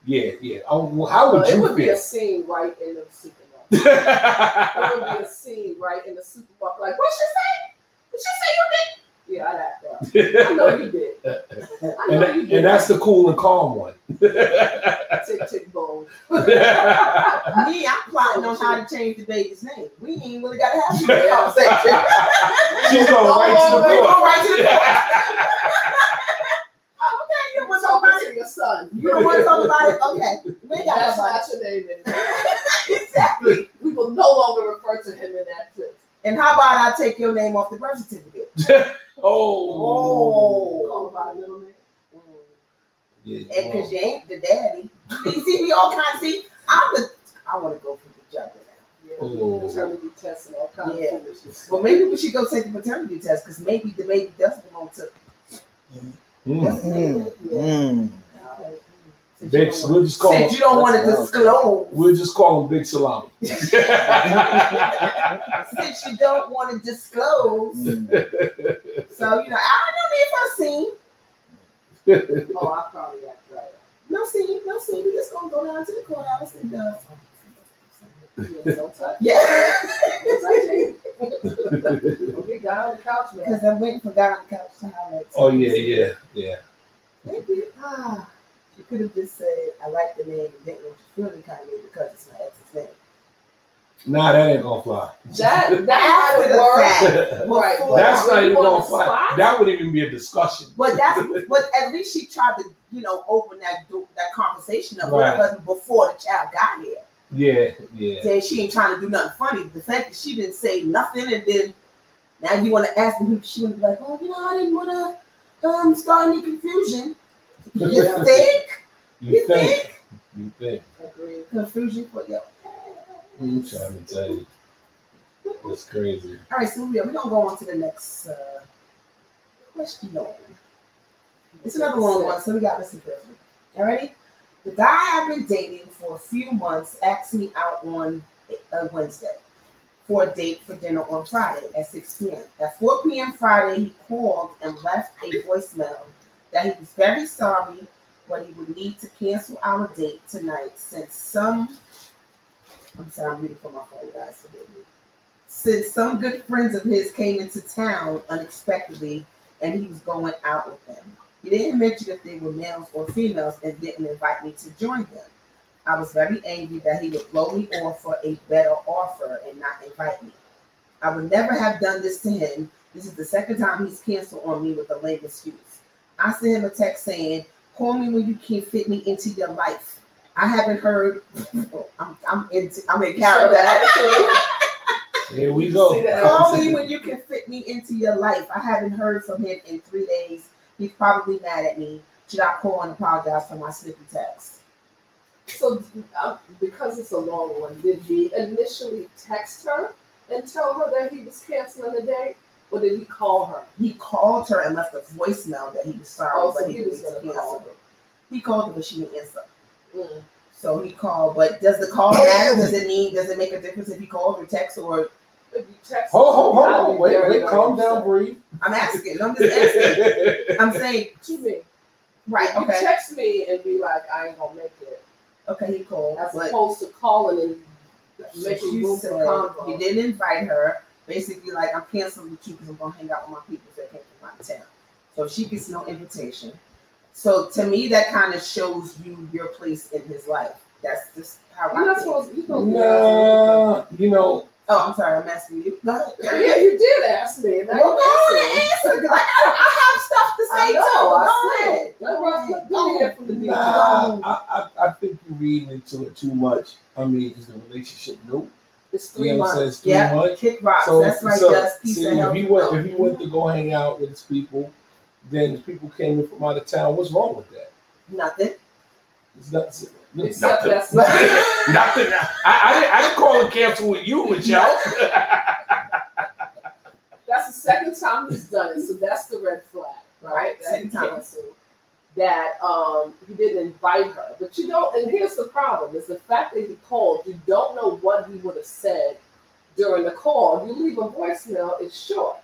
Speaker 4: Yeah, yeah. I, well, how would
Speaker 3: Well, it
Speaker 4: you
Speaker 3: would be a
Speaker 4: feel?
Speaker 3: scene right in the supermarket. It would
Speaker 4: yeah,
Speaker 3: be a scene right in the supermarket. Like, what she say? What she say you did? Yeah, I act out. I know you did. I
Speaker 4: and,
Speaker 3: know you did.
Speaker 4: and that's the cool and calm one.
Speaker 3: tick tick bone.
Speaker 2: Me, I'm plotting on how to change the baby's name. We ain't really gotta have this conversation.
Speaker 4: She's going
Speaker 2: Oh, we go
Speaker 4: right
Speaker 2: right to the point. Oh, okay, you
Speaker 3: What's
Speaker 2: was on
Speaker 3: over
Speaker 2: my
Speaker 3: to your son?
Speaker 2: You don't want to talk about it? Okay. We ain't got
Speaker 3: That's
Speaker 2: nobody.
Speaker 3: not your name anymore.
Speaker 2: exactly.
Speaker 3: We will no longer refer to him in that sense.
Speaker 2: And how about I take your name off the birth certificate?
Speaker 4: to the point. oh.
Speaker 3: Call him by his middle name.
Speaker 4: Yeah,
Speaker 2: And
Speaker 4: wow.
Speaker 2: because you ain't the daddy. You see, we all kind of see. I'm the, I want to go for the job.
Speaker 3: Yeah,
Speaker 4: Oh.
Speaker 3: paternity tests and all kinds
Speaker 2: Yeah.
Speaker 3: of foolishness.
Speaker 2: Well, maybe we should go take the paternity test because maybe the baby does belong to.
Speaker 4: Mm.
Speaker 5: Mm.
Speaker 2: Since you
Speaker 4: Big,
Speaker 2: don't
Speaker 4: we'll just call
Speaker 2: want- since you
Speaker 4: him,
Speaker 2: don't want to
Speaker 5: That's
Speaker 2: disclose.
Speaker 4: we'll just call him Big Salami.
Speaker 2: since you don't want to disclose.
Speaker 5: Mm.
Speaker 2: So, you know, I don't know if
Speaker 3: Oh, I probably act right.
Speaker 2: I seen. No scene, no scene. We just going to go down to the courthouse and uh,
Speaker 3: Yeah, don't touch.
Speaker 2: Yeah.
Speaker 3: Don't touch him. Don't get down on the couch, man.
Speaker 2: Because I'm waiting for God to come to highlight.
Speaker 4: oh yeah, yeah, yeah.
Speaker 2: Thank you. Ah, you could have just said, I like the name and didn't want you feeling kind of me because it's my ex's name.
Speaker 4: Nah, that ain't gonna fly.
Speaker 3: That that
Speaker 2: After
Speaker 3: might have
Speaker 2: the
Speaker 3: worked.
Speaker 2: fact.
Speaker 3: Right.
Speaker 2: Before-
Speaker 4: That's not even
Speaker 3: You on
Speaker 4: gonna
Speaker 3: the
Speaker 4: fly.
Speaker 3: spot?
Speaker 4: That would even be a discussion.
Speaker 2: But that's but at least she tried to, you know, open that do- that conversation up
Speaker 4: Right.
Speaker 2: with her husband before the child got here.
Speaker 4: Yeah, yeah.
Speaker 2: Then she ain't trying to do nothing funny. The fact that she didn't say nothing and then now you want to ask me, she would be like, oh, you know, I didn't want to um, start any confusion. You think?
Speaker 4: You think? You think?
Speaker 3: Agreed.
Speaker 2: Confusion for your
Speaker 4: I'm trying to tell you, it's crazy.
Speaker 2: All right, Sylvia, we're gonna go on to the next uh, question. It's another long one, so we got this first. All right. The guy I've been dating for a few months asked me out on uh, Wednesday for a date for dinner on Friday at 6 p.m. At 4 p.m. Friday, he called and left a voicemail that he was very sorry, but he would need to cancel our date tonight since some. I'm sorry, I'm reading from my phone, guys. Forgive me since some good friends of his came into town unexpectedly and he was going out with them. He didn't mention if they were males or females and didn't invite me to join them. I was very angry that he would blow me off for a better offer and not invite me. I would never have done this to him. This is the second time he's canceled on me with the lame excuse. I sent him a text saying, Call me when you can fit me into your life. I haven't heard. I'm I'm in I'm in
Speaker 3: Sure
Speaker 2: character.
Speaker 3: that.
Speaker 4: Here we go.
Speaker 3: See that?
Speaker 2: Call me when you can fit me into your life. I haven't heard from him in three days. He's probably mad at me. Should I call and apologize for my snippy text?
Speaker 3: So, uh, because it's a long one, did he initially text her and tell her that he was canceling the date, or did he call her?
Speaker 2: He called her and left a voicemail that he was sorry,
Speaker 3: Oh,
Speaker 2: but
Speaker 3: so
Speaker 2: he,
Speaker 3: he was
Speaker 2: was
Speaker 3: gonna
Speaker 2: cancel.
Speaker 3: call
Speaker 2: He called her, but she didn't answer.
Speaker 3: Mm.
Speaker 2: So he called, but does the call matter? Does it mean? Does it make a difference if he calls or texts? Or
Speaker 3: If you text,
Speaker 4: Ho, ho, ho,
Speaker 3: I'd
Speaker 4: ho.
Speaker 3: be
Speaker 4: Wait,
Speaker 3: very,
Speaker 4: wait.
Speaker 3: very
Speaker 4: Calm down,
Speaker 3: upset.
Speaker 4: breathe.
Speaker 2: I'm asking. I'm just asking. I'm saying
Speaker 3: What you mean?
Speaker 2: right.
Speaker 3: You
Speaker 2: Okay.
Speaker 3: text me and be like, I ain't gonna make it,
Speaker 2: Okay. He called.
Speaker 3: as
Speaker 2: but-
Speaker 3: opposed to calling and making
Speaker 2: you
Speaker 3: room for
Speaker 2: said
Speaker 3: convo.
Speaker 2: you didn't invite her. Basically, like I'm canceling with you because I'm gonna hang out with my people that came from my town. So she gets no invitation. So to me, that kind of shows you your place in his life. That's just how
Speaker 3: You're
Speaker 2: I.
Speaker 3: not
Speaker 2: feel.
Speaker 3: supposed to. You don't
Speaker 4: Nah, you know,
Speaker 2: oh, I'm sorry. I'm asking you. Go ahead.
Speaker 3: Yeah, you did ask me. and I
Speaker 2: Well, go on
Speaker 3: answered.
Speaker 2: and answer. 'cause I, gotta- I have stuff to
Speaker 3: I
Speaker 2: say
Speaker 3: know, I
Speaker 2: too. Go
Speaker 3: said
Speaker 2: ahead.
Speaker 3: it.
Speaker 2: Oh,
Speaker 3: That's why I put
Speaker 2: Go
Speaker 3: the
Speaker 2: ahead.
Speaker 3: head from the knee.
Speaker 4: nah, I, I, I think you're reading into it too much. I mean, is the relationship new?
Speaker 3: It's three
Speaker 4: You know what
Speaker 3: months.
Speaker 4: I'm saying? It's too
Speaker 2: Yeah.
Speaker 4: much.
Speaker 2: Kick rocks.
Speaker 4: So,
Speaker 2: That's right.
Speaker 4: so
Speaker 2: Just piece
Speaker 4: see,
Speaker 2: of
Speaker 4: if
Speaker 2: help.
Speaker 4: he went, if he went to go hang out with his people, then his people came in from out of town. What's wrong with that?
Speaker 2: Nothing.
Speaker 4: It's not, it's
Speaker 3: Except
Speaker 4: nothing.
Speaker 3: that's not.
Speaker 2: Right.
Speaker 4: Nothing. I, I, didn't, I didn't call it cancel with you, Michelle.
Speaker 3: That's the second time he's done it, so that's the red flag, right? That he
Speaker 2: Second time.
Speaker 3: canceled. That um, he didn't invite her, but you know, and here's the problem: is the fact that he called. You don't know what he would have said during the call. You leave a voicemail; it's short,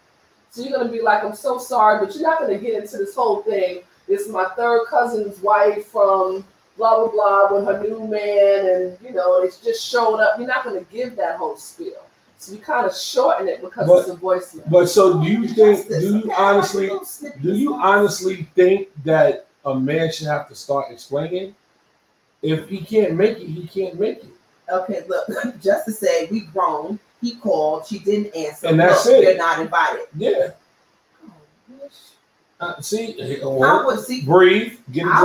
Speaker 3: so you're gonna be like, "I'm so sorry," but you're not gonna get into this whole thing. It's my third cousin's wife from blah blah blah with her new man, and you know, it's just showed up. You're not gonna give that whole spiel, so you kind of shorten it because it's a voicemail.
Speaker 4: But so, do you think?
Speaker 2: Justice.
Speaker 4: Do you
Speaker 2: Okay, I'm
Speaker 4: honestly?
Speaker 2: gonna go snip
Speaker 4: Do
Speaker 2: this
Speaker 4: you
Speaker 2: off.
Speaker 4: honestly think that a man should have to start explaining? If he can't make it, he can't make it.
Speaker 2: Okay, look, just to say we grown. He called, she didn't answer.
Speaker 4: And that's
Speaker 2: look,
Speaker 4: it.
Speaker 2: You're not invited.
Speaker 4: Yeah.
Speaker 3: Bitch.
Speaker 4: Uh, see,
Speaker 2: I would see.
Speaker 4: breathe, get a
Speaker 2: I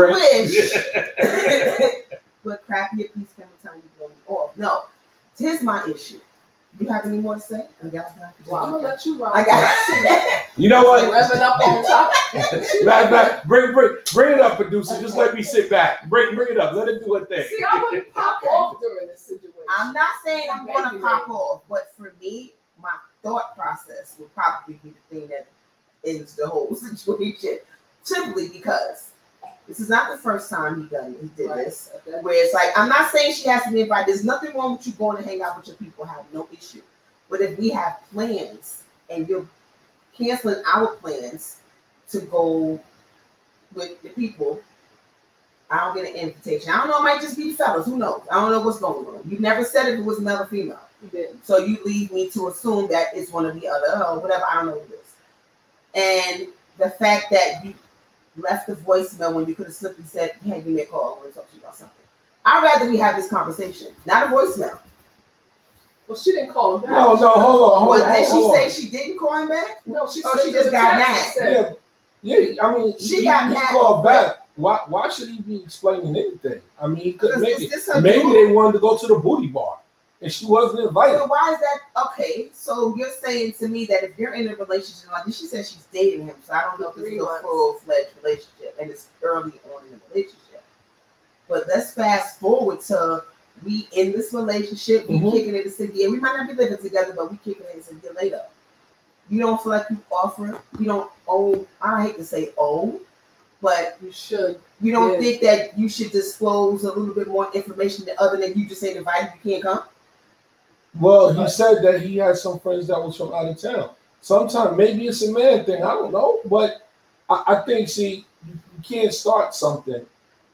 Speaker 4: drink.
Speaker 2: wish. but crappy if he's gonna tell you blow me off. No, here's my issue. You have any more to say? I got
Speaker 3: Well, I'm gonna let you run.
Speaker 2: I got.
Speaker 4: you know what?
Speaker 3: Revving up on top.
Speaker 4: Back, back. Bring, bring, bring it up, producer. Just let me sit back. Bring, bring it up. Let it do her thing.
Speaker 3: See, I wouldn't pop off during this situation.
Speaker 2: I'm not saying I'm gonna pop off, but for me, my thought process would probably be the thing that ends the whole situation. Simply because this is not the first time he done he did
Speaker 3: Right.
Speaker 2: this. where it's like I'm not saying she has to be invited. There's nothing wrong with you going to hang out with your people. I have no issue. But if we have plans and you're canceling our plans to go with the people, I don't get an invitation. I don't know. It might just be fellas. Who knows? I don't know what's going on. You never said if it was another female.
Speaker 3: You didn't.
Speaker 2: So you leave me to assume that it's one of the other or whatever. I don't know what it is. And the fact that you left the voicemail when you could have slipped and said, hey, give me a call. I want to talk to you about something. I'd rather we have this conversation, not a voicemail.
Speaker 3: Well, she didn't call him back.
Speaker 4: No, no, hold on, hold
Speaker 2: But
Speaker 4: on.
Speaker 2: did she
Speaker 4: hold
Speaker 2: say
Speaker 4: on.
Speaker 2: she didn't call him back?
Speaker 3: No, she,
Speaker 2: Oh,
Speaker 3: sent
Speaker 2: she
Speaker 3: him
Speaker 2: just
Speaker 3: a
Speaker 2: got
Speaker 3: text
Speaker 2: mad.
Speaker 3: and said,
Speaker 4: Yeah, yeah. I mean,
Speaker 2: She
Speaker 4: he,
Speaker 2: got
Speaker 4: he
Speaker 2: mad.
Speaker 4: called back. Why? Why should he be explaining anything? I mean, he could
Speaker 2: Because
Speaker 4: maybe
Speaker 2: this her
Speaker 4: maybe
Speaker 2: dude.
Speaker 4: they wanted to go to the booty bar, and she wasn't invited.
Speaker 2: But why is that? Okay, so you're saying to me that if you're in a relationship like this, she said she's dating him, so I don't know if
Speaker 3: Three
Speaker 2: it's a
Speaker 3: months.
Speaker 2: full fledged relationship and it's early on in the relationship. But let's fast forward to we in this relationship, we
Speaker 3: Mm-hmm.
Speaker 4: Mhm.
Speaker 2: kicking it a year. We might not be living together, but we kicking it a year later. You don't feel like you offer, you don't owe, I hate to say owe, but
Speaker 3: You should.
Speaker 2: you don't
Speaker 3: Yeah.
Speaker 2: think that you should disclose a little bit more information to other than you just ain't invited, you can't come?
Speaker 4: Well, he said that he had some friends that was from out of town. Sometimes maybe it's a man thing. I don't know, but I, I think see, you, you can't start something.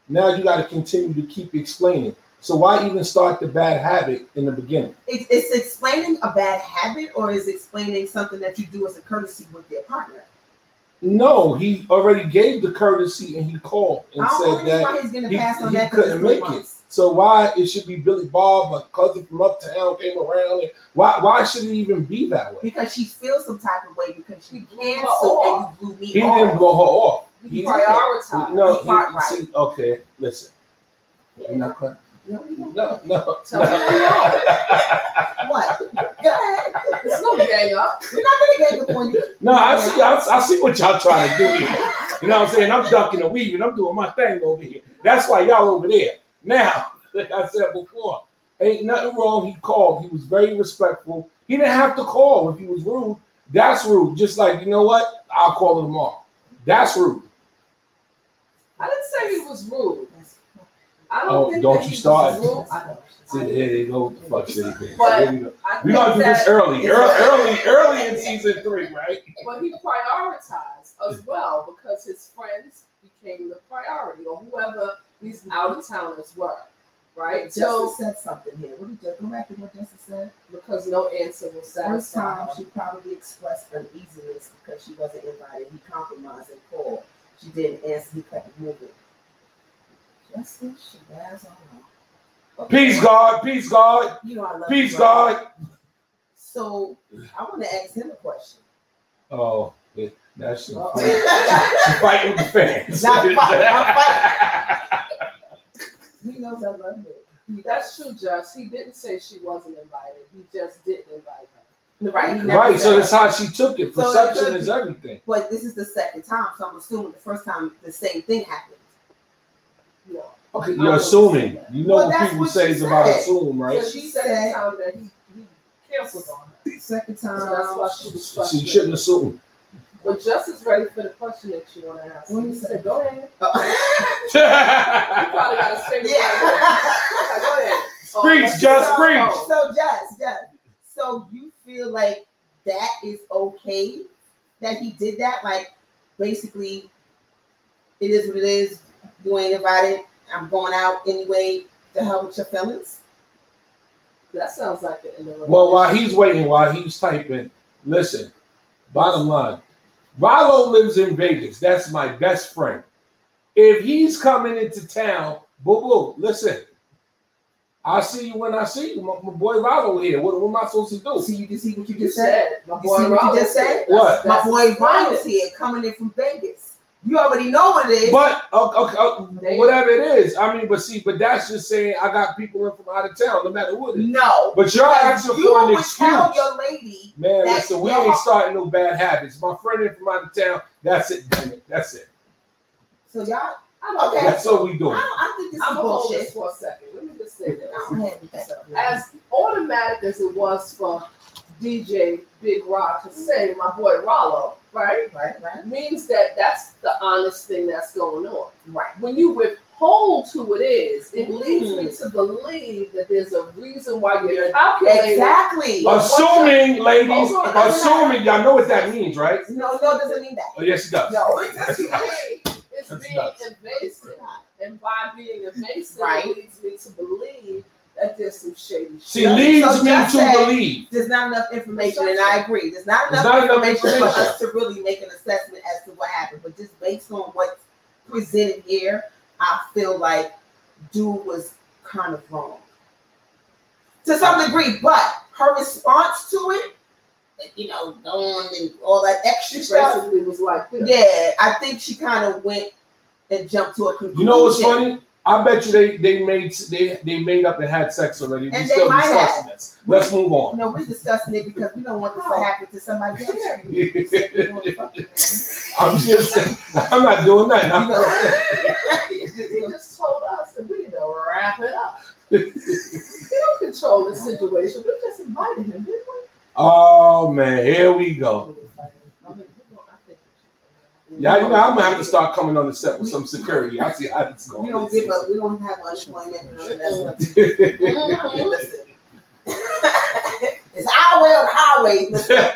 Speaker 4: Now you got to continue to keep explaining. So why even start the bad habit in the beginning?
Speaker 2: It, it's explaining a bad habit or is explaining something that you do as a courtesy with your partner.
Speaker 4: No, he already gave the courtesy and he called and
Speaker 2: I don't
Speaker 4: said
Speaker 2: only
Speaker 4: that
Speaker 2: why he's gonna
Speaker 4: he-
Speaker 2: pass on
Speaker 4: he
Speaker 2: that because
Speaker 4: couldn't
Speaker 2: it's three
Speaker 4: make it.
Speaker 2: months.
Speaker 4: So why it should be Billy Bob, my cousin from uptown came around. And why why should it even be that way?
Speaker 2: Because she feels some type of way because she canceled
Speaker 3: off.
Speaker 2: and you blew me
Speaker 4: He didn't
Speaker 2: off.
Speaker 4: blow her off.
Speaker 3: You
Speaker 4: He-
Speaker 3: prioritize.
Speaker 4: No,
Speaker 2: He's not
Speaker 4: he-
Speaker 2: right.
Speaker 4: see, okay, listen. I'm not cla-
Speaker 2: No, you don't.
Speaker 4: No, no.
Speaker 3: So-
Speaker 4: no.
Speaker 2: What? Go ahead.
Speaker 3: It's no gang up.
Speaker 2: We're not gonna get the point.
Speaker 4: No, I see, I, I see what y'all trying to do. Here. You know what I'm saying? I'm ducking and weaving. I'm doing my thing over here. That's why y'all over there. Now, like I said before, ain't nothing wrong. He called. He was very respectful. He didn't have to call if he was rude. That's rude. Just like you know what? I'll call it tomorrow. That's rude.
Speaker 3: I didn't say he was rude. I don't
Speaker 4: Oh,
Speaker 3: think
Speaker 4: don't
Speaker 3: that
Speaker 4: you
Speaker 3: he
Speaker 4: start.
Speaker 3: was rude. I,
Speaker 4: See, here they go with the fuck shit.
Speaker 3: But-
Speaker 4: Here we go.
Speaker 3: I
Speaker 4: We
Speaker 3: think
Speaker 4: gonna do this
Speaker 3: that-
Speaker 4: early, early, early, early in season three, right?
Speaker 3: But he prioritized as well because his friends became the priority or whoever these out of towners were, right?
Speaker 2: Justin
Speaker 3: So
Speaker 2: said something here. What did you go back to what Justin said?
Speaker 3: because no answer was
Speaker 2: First time,
Speaker 3: satisfied.
Speaker 2: she probably expressed uneasiness because she wasn't invited. He compromised and called. She didn't answer. He kept moving. Justin, she has on.
Speaker 4: Peace, God. Peace, God.
Speaker 2: You know I love
Speaker 4: Peace,
Speaker 2: you, brother.
Speaker 4: God.
Speaker 2: So I want to ask him a question.
Speaker 4: Oh, yeah, that's some
Speaker 2: Uh-oh.
Speaker 4: fun. She's fighting with the fans.
Speaker 2: Not fighting, I'm he knows I love him. He-
Speaker 3: That's true, Just. He didn't say she wasn't invited. He just didn't invite her.
Speaker 2: right. he never
Speaker 4: right, so
Speaker 2: said-
Speaker 4: that's how she took it.
Speaker 2: So it
Speaker 4: Perception
Speaker 2: could
Speaker 4: is
Speaker 2: be-
Speaker 4: everything.
Speaker 2: But this is the second time, so I'm assuming the first time the same thing happened.
Speaker 3: No.
Speaker 4: Okay,
Speaker 3: I
Speaker 4: you're
Speaker 3: would
Speaker 4: assuming.
Speaker 3: say that.
Speaker 4: You know
Speaker 2: Well,
Speaker 4: what
Speaker 2: that's
Speaker 4: people
Speaker 2: what
Speaker 4: say
Speaker 2: she
Speaker 4: is about
Speaker 2: said.
Speaker 4: assume, right?
Speaker 3: So she said the time that he, he canceled on her.
Speaker 2: Second time.
Speaker 3: So that's why she was
Speaker 4: She
Speaker 3: frustrated.
Speaker 4: shouldn't assume.
Speaker 3: But Just is ready for the question that you want to ask.
Speaker 2: What
Speaker 3: He
Speaker 2: is
Speaker 3: said,
Speaker 2: it?
Speaker 3: go ahead. You
Speaker 4: Preach,
Speaker 3: probably got to say
Speaker 2: yeah.
Speaker 3: Go ahead. Oh,
Speaker 4: Preach, Just
Speaker 3: so-
Speaker 4: preach.
Speaker 3: oh.
Speaker 2: So Jess, Jess, so you feel like that is okay that he did that? Like basically it is what it is. You ain't invited. I'm going out anyway to help with your feelings.
Speaker 3: That sounds like the end of a
Speaker 4: Well, while he's waiting, while he's typing, listen, bottom line, Rallo lives in Vegas. That's my best friend. If he's coming into town, boo boo, listen, I see you when I see you. My, my boy Rallo here. What, what am I supposed to do?
Speaker 2: So you just see what you
Speaker 3: You
Speaker 2: just said?
Speaker 3: said, my
Speaker 2: You
Speaker 3: boy
Speaker 2: see what you
Speaker 3: Rollins
Speaker 2: just said?
Speaker 3: said. That's-
Speaker 4: What?
Speaker 2: My
Speaker 3: that's-
Speaker 2: boy
Speaker 3: private.
Speaker 2: Ron's here coming in from Vegas. You already know what it is.
Speaker 4: But okay, okay,
Speaker 3: They-
Speaker 4: whatever it is, I mean, but see, but that's just saying I got people in from out of town, no matter what. It is.
Speaker 2: no.
Speaker 4: But you're asking
Speaker 2: you
Speaker 4: for an
Speaker 2: would
Speaker 4: excuse,
Speaker 2: tell your lady
Speaker 4: man.
Speaker 2: that
Speaker 4: Listen, we
Speaker 2: you're-
Speaker 4: ain't starting no bad habits. My friend in from out of town. That's it. Damn it. That's it.
Speaker 2: so y'all
Speaker 3: I don't
Speaker 2: Okay.
Speaker 3: care.
Speaker 4: That's all we
Speaker 2: I,
Speaker 4: doing.
Speaker 2: I think this is
Speaker 3: I'm gonna hold this
Speaker 2: bullshit.
Speaker 3: for a second. Let me just say this.
Speaker 2: I'm having that.
Speaker 3: As automatic as it was for DJ Big Rock to say, my boy Rollo, right?
Speaker 2: right, right,
Speaker 3: Means that that's the honest thing that's going on.
Speaker 2: right.
Speaker 3: When you withhold who it is, it leads me
Speaker 2: Mm.
Speaker 3: to believe that there's a reason why you're calculating.
Speaker 2: Exactly.
Speaker 3: Uh,
Speaker 4: Oh. Assuming, ladies,
Speaker 3: Hold on.
Speaker 4: assuming y'all know what that means, right?
Speaker 2: No, no, doesn't mean that.
Speaker 4: Oh, yes, it does.
Speaker 2: No,
Speaker 3: It's being- it's
Speaker 4: That's
Speaker 3: being
Speaker 4: nuts.
Speaker 3: invasive. And by being invasive,
Speaker 2: Right.
Speaker 3: it leads me to believe that there's some shady
Speaker 4: She
Speaker 3: shit.
Speaker 2: So
Speaker 4: leads me to
Speaker 2: just say-
Speaker 4: believe.
Speaker 2: there's not enough information, and I agree. There's not
Speaker 4: There's
Speaker 2: enough
Speaker 4: not enough
Speaker 2: information for
Speaker 4: information.
Speaker 2: us to really make an assessment as to what happened. But just based on what's presented here, I feel like dude was kind of wrong to some degree. But her response to it, you know, going and all that extra
Speaker 3: She
Speaker 2: stuff.
Speaker 3: basically was like, this.
Speaker 2: Yeah, I think she kind of went and jumped to a conclusion.
Speaker 4: You know what's funny? I bet you they they made they they made up and had sex already. We
Speaker 2: And they
Speaker 4: still
Speaker 2: might have.
Speaker 4: discussing this. Let's move on.
Speaker 2: No, we're discussing it because we don't want this to happen to somebody else.
Speaker 4: I'm just saying, I'm not doing nothing. I'm
Speaker 3: He just told us that we need to wrap it up. We don't control the situation. We just invited him, didn't we?
Speaker 4: oh man, here we go. Yeah, you know I'm gonna have to start coming on the set with some security. I see how it's
Speaker 2: We
Speaker 4: going.
Speaker 2: don't give up. We don't have unemployment. and all that stuff. Listen. it's our way or the highway. Listen,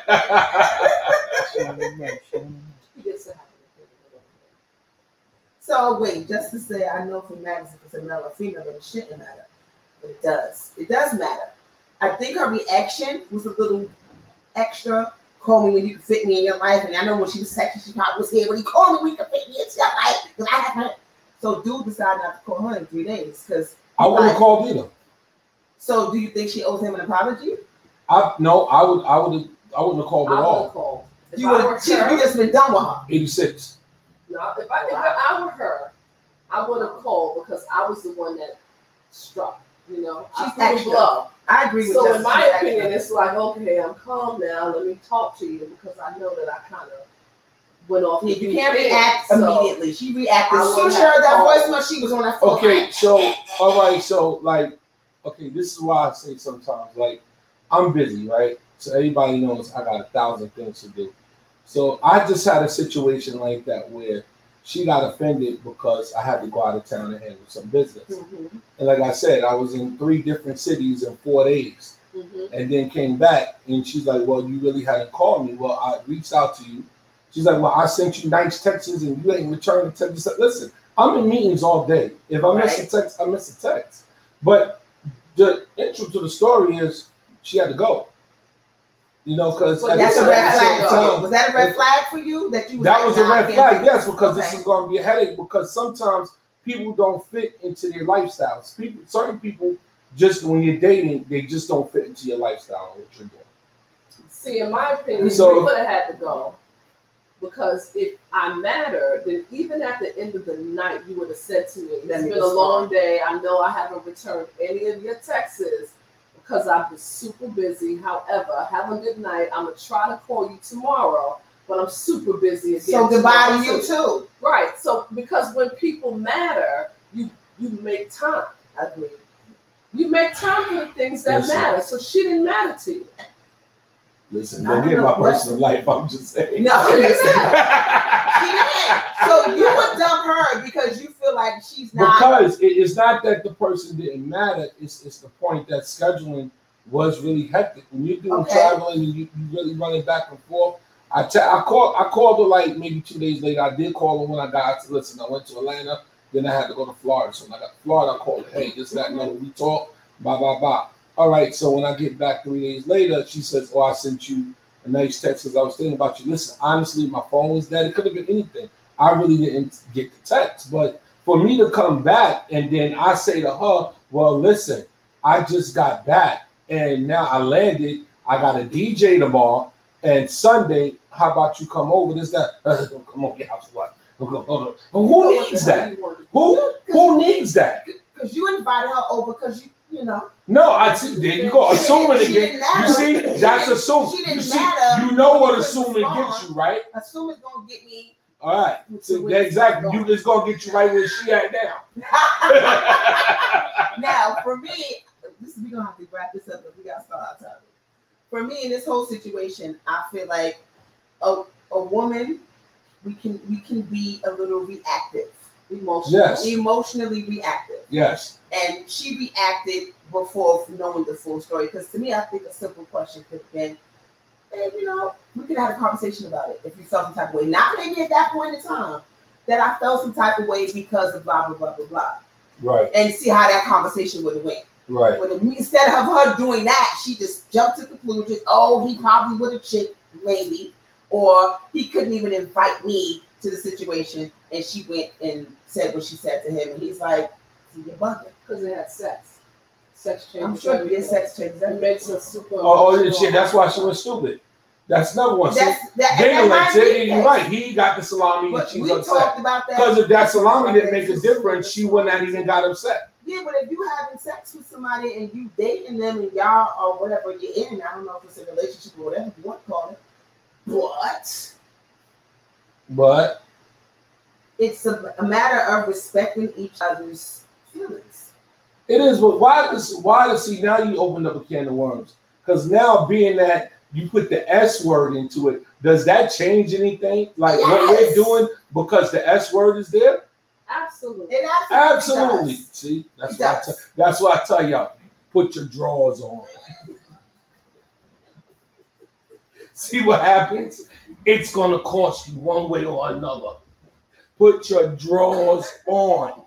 Speaker 3: He gets to have it.
Speaker 2: So wait, just to say, I know if it matters if it's a male or female, then it shouldn't matter. But it does. It does matter. I think her reaction was a little extra. Call me when you can fit me in your life. And I know when she was texting, she probably was here. When he called me, when you can fit me into your life. Because I have her. So dude decided not to call her in three days. Because
Speaker 4: I would have called either.
Speaker 2: so, do you think she owes him an apology?
Speaker 4: I no, I would I would have I wouldn't have called at
Speaker 3: I would
Speaker 4: all.
Speaker 3: call. If
Speaker 2: You
Speaker 3: I
Speaker 2: would
Speaker 3: were
Speaker 2: have she you
Speaker 3: her,
Speaker 2: just been done with her.
Speaker 4: Eighty six.
Speaker 3: no, if I, if I were her, I would have called because I was the one that struck. You know,
Speaker 2: She's
Speaker 3: I feel the
Speaker 2: extra.
Speaker 3: blow.
Speaker 2: I agree with
Speaker 3: So
Speaker 2: Justice.
Speaker 3: in my
Speaker 2: She's extra.
Speaker 3: opinion, it's like okay, I'm calm now. Let me talk to you because I know that I kind of went off. the
Speaker 2: Yeah, you
Speaker 3: deep
Speaker 2: can't
Speaker 3: end,
Speaker 2: react
Speaker 3: so-
Speaker 2: immediately. She reacted.
Speaker 3: I
Speaker 2: As soon
Speaker 3: will
Speaker 2: as she heard that
Speaker 3: have-
Speaker 2: voicemail, she was on that phone.
Speaker 4: Okay, so all right, so like, okay, this is why I say sometimes like I'm busy, right? So everybody knows I got a thousand things to do. So I just had a situation like that where she got offended because I had to go out of town and handle some business.
Speaker 3: Mhm,
Speaker 4: And like I said, I was in three different cities in four days
Speaker 3: mhm.
Speaker 4: and then came back and she's like, Well, you really hadn't called me. Well, I reached out to you. She's like, Well, I sent you nice texts and you ain't returned the text. I said, Listen, I'm in meetings all day. If I miss a text, I miss a text. But the intro to the story is she had to go. You know, because
Speaker 2: Well, that's a red flag. though.
Speaker 4: time,
Speaker 2: Was that a red flag for you? That you
Speaker 4: that was a
Speaker 2: nah, I can't
Speaker 4: red flag,
Speaker 2: do
Speaker 4: yes, because this
Speaker 2: Okay.
Speaker 4: is going to be a headache because sometimes people don't fit into their lifestyles. People, certain people, just when you're dating, they just don't fit into your lifestyle, what you're doing.
Speaker 3: See, in my opinion,
Speaker 4: So-
Speaker 3: we would have had to go because if I mattered, then even at the end of the night, you would have said to me, "It's
Speaker 2: Let me
Speaker 3: been a
Speaker 2: just
Speaker 3: long day. I know I haven't returned any of your texts because I've been super busy. However, have a good night. I'm gonna try to call you tomorrow, but I'm super busy again."
Speaker 2: So goodbye
Speaker 3: tomorrow,
Speaker 2: to you too.
Speaker 3: Right. So because when people matter, you you make time.
Speaker 2: I agree.
Speaker 3: You make time for the things that
Speaker 4: Listen.
Speaker 3: matter. So she didn't matter to you.
Speaker 4: Listen,
Speaker 2: I
Speaker 4: don't
Speaker 2: don't
Speaker 4: get
Speaker 2: know
Speaker 4: my
Speaker 2: what-
Speaker 4: personal life. I'm just saying.
Speaker 2: No,
Speaker 3: She didn't
Speaker 2: listen.
Speaker 3: matter.
Speaker 2: She did. So you would dump her because you feel like she's not.
Speaker 4: because it is not that the person didn't matter. It's it's the point that scheduling was really hectic. When you're doing
Speaker 2: Okay.
Speaker 4: traveling and you, you really running back and forth. I tell I called I called her like maybe two days later. I did call her when I got. I said, listen, I went to Atlanta. Then I had to go to Florida. So when I got to Florida, I called her. Hey, this that no, we talked. Blah blah blah. All right. So when I get back three days later, she says, "Oh, I sent you a nice text because I was thinking about you." Listen, honestly, my phone was dead. It could have been anything. I really didn't get the text, but for me to come back and then I say to her, Well, listen, I just got back and now I landed. I got a DJ tomorrow and Sunday. How about you come over? This, that, uh, come on, get out the way. Well, Who needs that? Who who needs that?
Speaker 2: Because you invited her over because you, you know.
Speaker 4: No, I see. There you go.
Speaker 2: She
Speaker 4: Assuming
Speaker 2: didn't- she
Speaker 4: again.
Speaker 2: didn't matter.
Speaker 4: You see, that's assuming.
Speaker 2: She
Speaker 4: You
Speaker 2: didn't
Speaker 4: see,
Speaker 2: matter.
Speaker 4: you know what
Speaker 2: She couldn't
Speaker 4: assuming gets
Speaker 2: respond.
Speaker 4: you, right?
Speaker 2: Assume it's gonna get me.
Speaker 4: All right.
Speaker 2: to
Speaker 4: So
Speaker 2: where it's
Speaker 4: exactly.
Speaker 2: going.
Speaker 4: You it's gonna get you right where she at now.
Speaker 2: now, for me, this we gonna have to wrap this up, but we gotta start our topic. For me, in this whole situation, I feel like a a woman, we can we can be a little reactive,
Speaker 3: Emotional.
Speaker 4: yes.
Speaker 2: emotionally reactive,
Speaker 4: Yes.
Speaker 2: and she reacted before knowing the full story. Because to me, I think a simple question could have been, "Hey, you know, we could have a conversation about it if you felt some type of way." Not maybe at that point in time that I felt some type of way because of blah blah blah blah blah,
Speaker 4: Right,
Speaker 2: and see how that conversation would have went.
Speaker 4: right.
Speaker 2: But instead of her doing that, she just jumped to conclusions. Oh, he probably would have chipped, maybe, or he couldn't even invite me to the situation. And she went and said what she said to him, and he's like, "See, "You're bugging."
Speaker 3: Because they had sex. Sex changes.
Speaker 2: I'm sure
Speaker 3: everything.
Speaker 2: there's sex changes.
Speaker 3: That makes us super.
Speaker 4: Oh, oh,
Speaker 3: emotional.
Speaker 4: shit, that's why she was stupid. That's another one. See,
Speaker 2: That's that.
Speaker 4: Jada
Speaker 2: and that
Speaker 4: like
Speaker 2: might
Speaker 4: said,
Speaker 2: be
Speaker 4: you're
Speaker 2: it.
Speaker 4: right. He got the salami and
Speaker 2: But
Speaker 4: she
Speaker 2: we
Speaker 4: was upset.
Speaker 2: talked about that.
Speaker 4: Because if that salami didn't make a difference, she wouldn't have even got upset.
Speaker 2: Yeah, but if you having sex with somebody and you dating them and y'all or whatever you're in, I don't know if it's a relationship or whatever you want to call it. But
Speaker 4: But
Speaker 2: it's a, a matter of respecting each other's feelings.
Speaker 4: it is. But why does why does see now you opened up a can of worms? Because now being that you put the S word into it, does that change anything? Like what we're
Speaker 2: Yes.
Speaker 4: doing because the S word is there?
Speaker 3: Absolutely.
Speaker 2: It
Speaker 4: Absolutely.
Speaker 2: does.
Speaker 4: See, that's
Speaker 2: It
Speaker 4: why I
Speaker 2: does.
Speaker 4: tell, that's why I tell y'all, put your drawers on. See what happens? It's gonna cost you one way or another. Put your drawers on.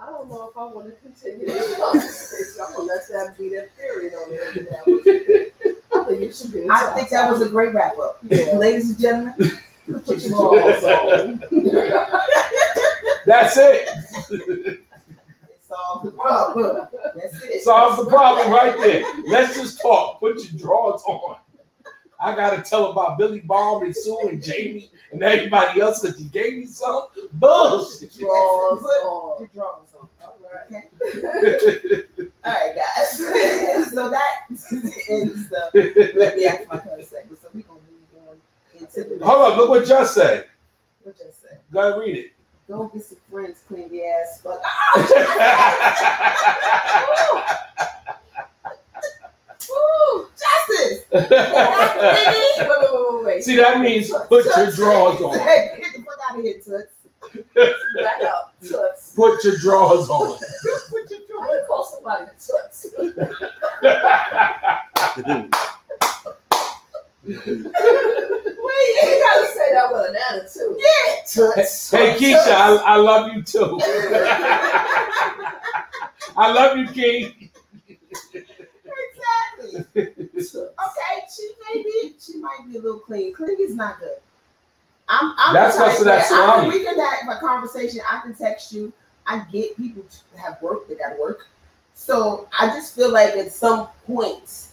Speaker 3: I don't know if I want to continue this conversation. I'm going to let that be that period on it. I think you should be.
Speaker 2: I think that was a great wrap up.
Speaker 3: Yeah.
Speaker 2: Ladies and gentlemen,
Speaker 3: Put your balls on.
Speaker 4: That's it.
Speaker 2: it's all the problem. That's it.
Speaker 4: Solves the problem right there. Let's just talk. Put your drawers on. I gotta tell about Billy Baum and Sue and Jamie and everybody else that you gave me some bullshit.
Speaker 3: Draws
Speaker 2: Put
Speaker 3: on.
Speaker 2: your drawers on.
Speaker 3: All right.
Speaker 2: Okay. All right, guys. so that ends the let me ask my cousin segment. So we're gonna move on into the
Speaker 4: Hold on, look what Just said.
Speaker 2: what just said.
Speaker 4: Go ahead, read it.
Speaker 2: Go get some friends, clean the ass. But Ooh, justice. wait, wait, wait, wait, wait.
Speaker 4: See, that means put your drawers on.
Speaker 2: Get the fuck out of here, Toots.
Speaker 3: Back up, toots.
Speaker 4: Put your drawers on.
Speaker 2: Put your
Speaker 3: How
Speaker 2: drawers
Speaker 3: do you call somebody toots?
Speaker 2: Wait,
Speaker 3: You gotta say that with an attitude.
Speaker 2: yeah, Toots.
Speaker 4: Hey, Keisha, I, I love you too. I love you, King.
Speaker 2: Exactly. Okay, she may be, she might be a little clean. Clean is not good. I'm, I'm
Speaker 4: That's
Speaker 2: the type
Speaker 4: what's in that
Speaker 2: I can-
Speaker 4: salami.
Speaker 2: We can have a conversation. I can text you. I get people to have work. They got to work. So I just feel like at some point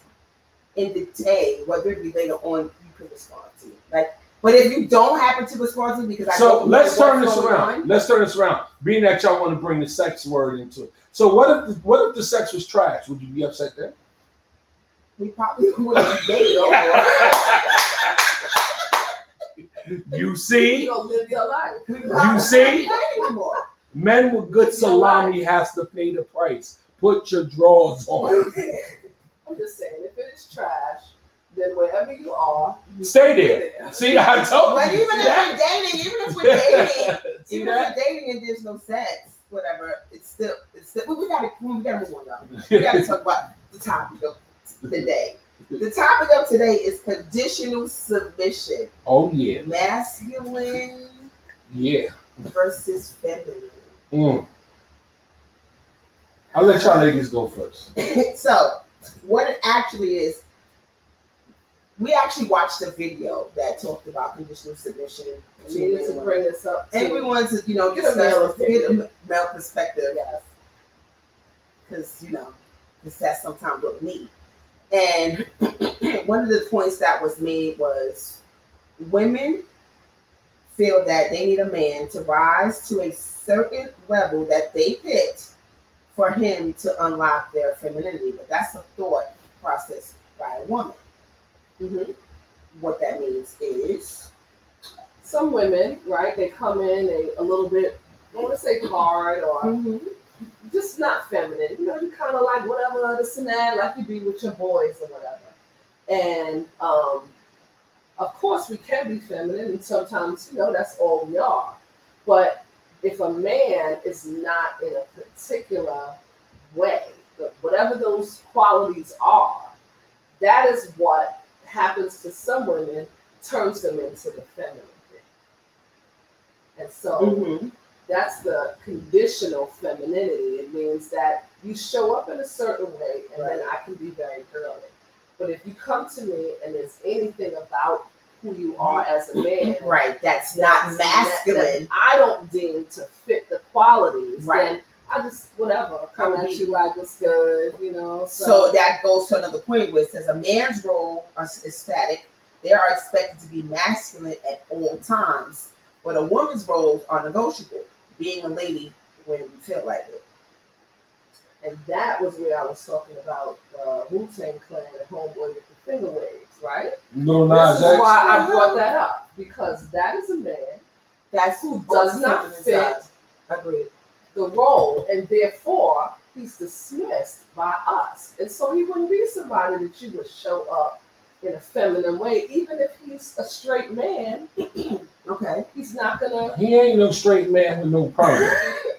Speaker 2: in the day, whether it be later on, you can respond to me. Like, but if you don't happen to respond to me because I
Speaker 4: So
Speaker 2: don't know
Speaker 4: let's turn
Speaker 2: what's
Speaker 4: this
Speaker 2: going
Speaker 4: around. Let's turn this around. Being that y'all want to bring the sex word into it. So what if what if the sex was trash? Would you be upset then?
Speaker 2: we probably would have dated over.
Speaker 4: You
Speaker 3: You
Speaker 4: see,
Speaker 3: don't live your life.
Speaker 4: You see?
Speaker 2: Not anymore.
Speaker 4: men with good salami has to pay the price. Put your drawers on.
Speaker 3: I'm just saying, if it is trash, then wherever you are, you
Speaker 4: Stay
Speaker 3: stay there.
Speaker 4: See, I told
Speaker 2: But
Speaker 4: you.
Speaker 2: even
Speaker 4: See
Speaker 2: if
Speaker 4: that?
Speaker 2: we're dating, even if we're dating,
Speaker 4: See
Speaker 2: even if
Speaker 4: that?
Speaker 2: we're dating and there's no sex, whatever, it's still, it's still. We gotta, we gotta move on, y'all. We gotta talk about the topic of today. The topic of today is conditional submission,
Speaker 4: oh yeah,
Speaker 2: masculine
Speaker 4: yeah.
Speaker 2: versus feminine.
Speaker 4: Mm. I'll let y'all ladies go first.
Speaker 2: so, what it actually is, we actually watched a video that talked about conditional submission.
Speaker 3: We need to bring this up.
Speaker 2: And we
Speaker 3: too.
Speaker 2: wanted to, you know,
Speaker 3: Get
Speaker 2: get
Speaker 3: a
Speaker 2: a male,
Speaker 3: male
Speaker 2: get a male perspective
Speaker 3: Yes.
Speaker 2: because you know, because that's sometimes what we need. And one of the points that was made was women feel that they need a man to rise to a certain level that they picked for him to unlock their femininity. But that's a thought process by a woman.
Speaker 3: Mhm.
Speaker 2: What that means is
Speaker 3: Some women, right? They come in, they a little bit. I want to say hard
Speaker 2: Mm-hmm.
Speaker 3: or just not feminine. You know, you kind of like whatever this and that, like you be with your boys or whatever. And um, of course, we can be feminine, and sometimes you know that's all we are. But if a man is not in a particular way, the- whatever those qualities are, that is what happens to some women, turns them into the feminine thing. And so
Speaker 2: Mm-hmm.
Speaker 3: that's the conditional femininity. It means that you show up in a certain way and then I can be very girly. But if you come to me and there's anything about who you are as a man,
Speaker 2: right. That's not
Speaker 3: that- that
Speaker 2: masculine.
Speaker 3: I don't deem to fit the qualities,
Speaker 2: Right.
Speaker 3: then I just whatever come
Speaker 2: Come
Speaker 3: at
Speaker 2: be.
Speaker 3: you like what's good, you know.
Speaker 2: So that goes to another point where it says a man's role are- is static. They are expected to be masculine at all times, but a woman's roles are negotiable, being a lady when we feel like it.
Speaker 3: And that was where I was talking about uh, Wu Tang Clan and Homeboy with the finger waves, right?
Speaker 4: Little
Speaker 3: This
Speaker 4: Nas
Speaker 3: is
Speaker 4: X.
Speaker 3: why I brought that up because that is a man
Speaker 2: That's
Speaker 3: who does not fit
Speaker 2: Agreed.
Speaker 3: the role, and therefore he's dismissed by us. And so he wouldn't be somebody that you would show up in a feminine way, even if he's a straight man.
Speaker 2: Okay.
Speaker 3: He's not gonna.
Speaker 4: He ain't no straight man with no problem.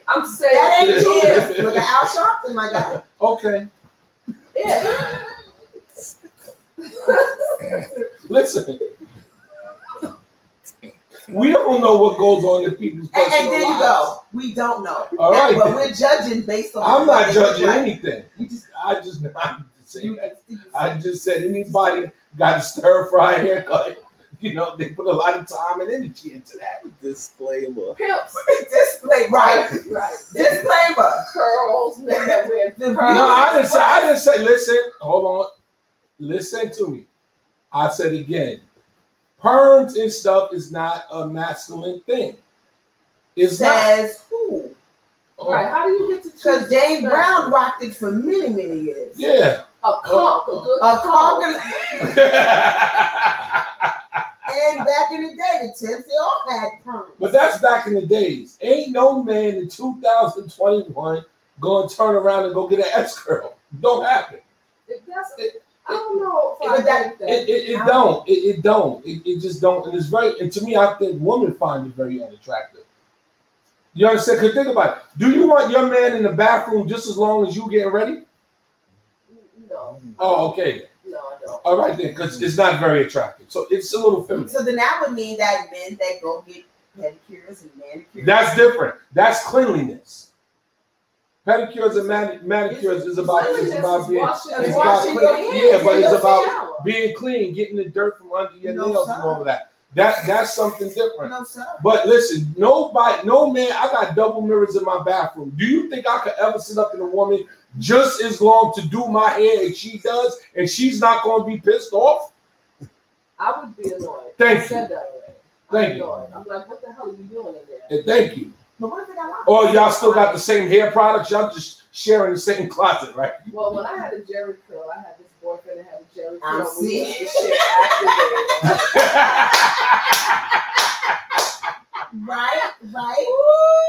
Speaker 3: I'm
Speaker 2: That
Speaker 3: saying,
Speaker 2: ain't
Speaker 3: yeah,
Speaker 2: you. Look at Al Sharpton, my guy.
Speaker 4: Okay,
Speaker 3: yeah.
Speaker 4: listen. We don't know what goes on in people's
Speaker 2: And,
Speaker 4: personal
Speaker 2: and there you
Speaker 4: lives.
Speaker 2: go. We don't know.
Speaker 4: All right.
Speaker 2: But we're judging based on.
Speaker 4: I'm
Speaker 2: what
Speaker 4: not
Speaker 2: they look
Speaker 4: judging
Speaker 2: like.
Speaker 4: anything. You just, I just, I'm just saying
Speaker 2: You-
Speaker 4: that. I just said anybody got a stir fry haircut. You know, they put a lot of time and energy into that.
Speaker 5: Disclaimer.
Speaker 3: Pimps,
Speaker 2: Display, right.
Speaker 3: right?
Speaker 2: Disclaimer.
Speaker 3: Curls, men that wear
Speaker 2: The
Speaker 3: Right.
Speaker 4: No, I didn't say. I didn't say. Listen, hold on. Listen to me. I said again. Perms and stuff is not a masculine thing. It's not.
Speaker 2: says who?
Speaker 4: Oh,
Speaker 3: Right. How do you get to
Speaker 2: Because Dave Brown rocked it for many, many years.
Speaker 4: Yeah.
Speaker 3: A conk, a good
Speaker 2: A
Speaker 3: conk.
Speaker 2: conga, and back in the day, the Tips, they all had pumps.
Speaker 4: But that's back in the days. Ain't no man in 2021 going to turn around and go get an S curl. Don't happen.
Speaker 3: It doesn't. I don't know if I
Speaker 2: But that-
Speaker 3: like that.
Speaker 4: It, it, it don't. It, it don't. It, it just don't. And it's very. And to me, I think women find it very unattractive. You understand? Cause think about it. Do you want your man in the bathroom just as long as you getting ready?
Speaker 3: no,
Speaker 4: Oh, okay.
Speaker 3: no, I don't.
Speaker 4: All right then. Cause it's not very attractive. So it's a little feminine.
Speaker 2: So then that would mean that men that go get pedicures and manicures.
Speaker 4: That's different. That's cleanliness. Pedicures and mani- manicures is about is about being
Speaker 3: washing,
Speaker 4: it's
Speaker 3: washing
Speaker 4: about
Speaker 3: your
Speaker 4: clean-
Speaker 3: hands.
Speaker 4: yeah, but
Speaker 3: in
Speaker 4: it's
Speaker 3: the
Speaker 4: about-
Speaker 3: shower.
Speaker 4: being clean, getting the dirt from under your
Speaker 2: No,
Speaker 4: nails
Speaker 2: sir.
Speaker 4: and all of that. That that's something different.
Speaker 2: No, sir.
Speaker 4: But listen, nobody, no man, I got double mirrors in my bathroom. Do you think I could ever sit up in a woman just as long to do my hair as she does, and she's not going to be pissed off?
Speaker 3: I would be annoyed.
Speaker 4: Thank
Speaker 3: I said that already.
Speaker 4: Thank
Speaker 3: I'm
Speaker 4: you.
Speaker 3: annoyed. I'm like, what the hell are you doing in there?
Speaker 4: And thank you.
Speaker 2: But what if they got locked?
Speaker 4: Oh, y'all still got the same hair products? Y'all just sharing the same closet, right?
Speaker 3: Well, when I had a Jerry curl, I had this boyfriend that had a Jerry
Speaker 2: I
Speaker 3: curl. We
Speaker 2: see.
Speaker 3: used to share after dinner.
Speaker 2: Right, right.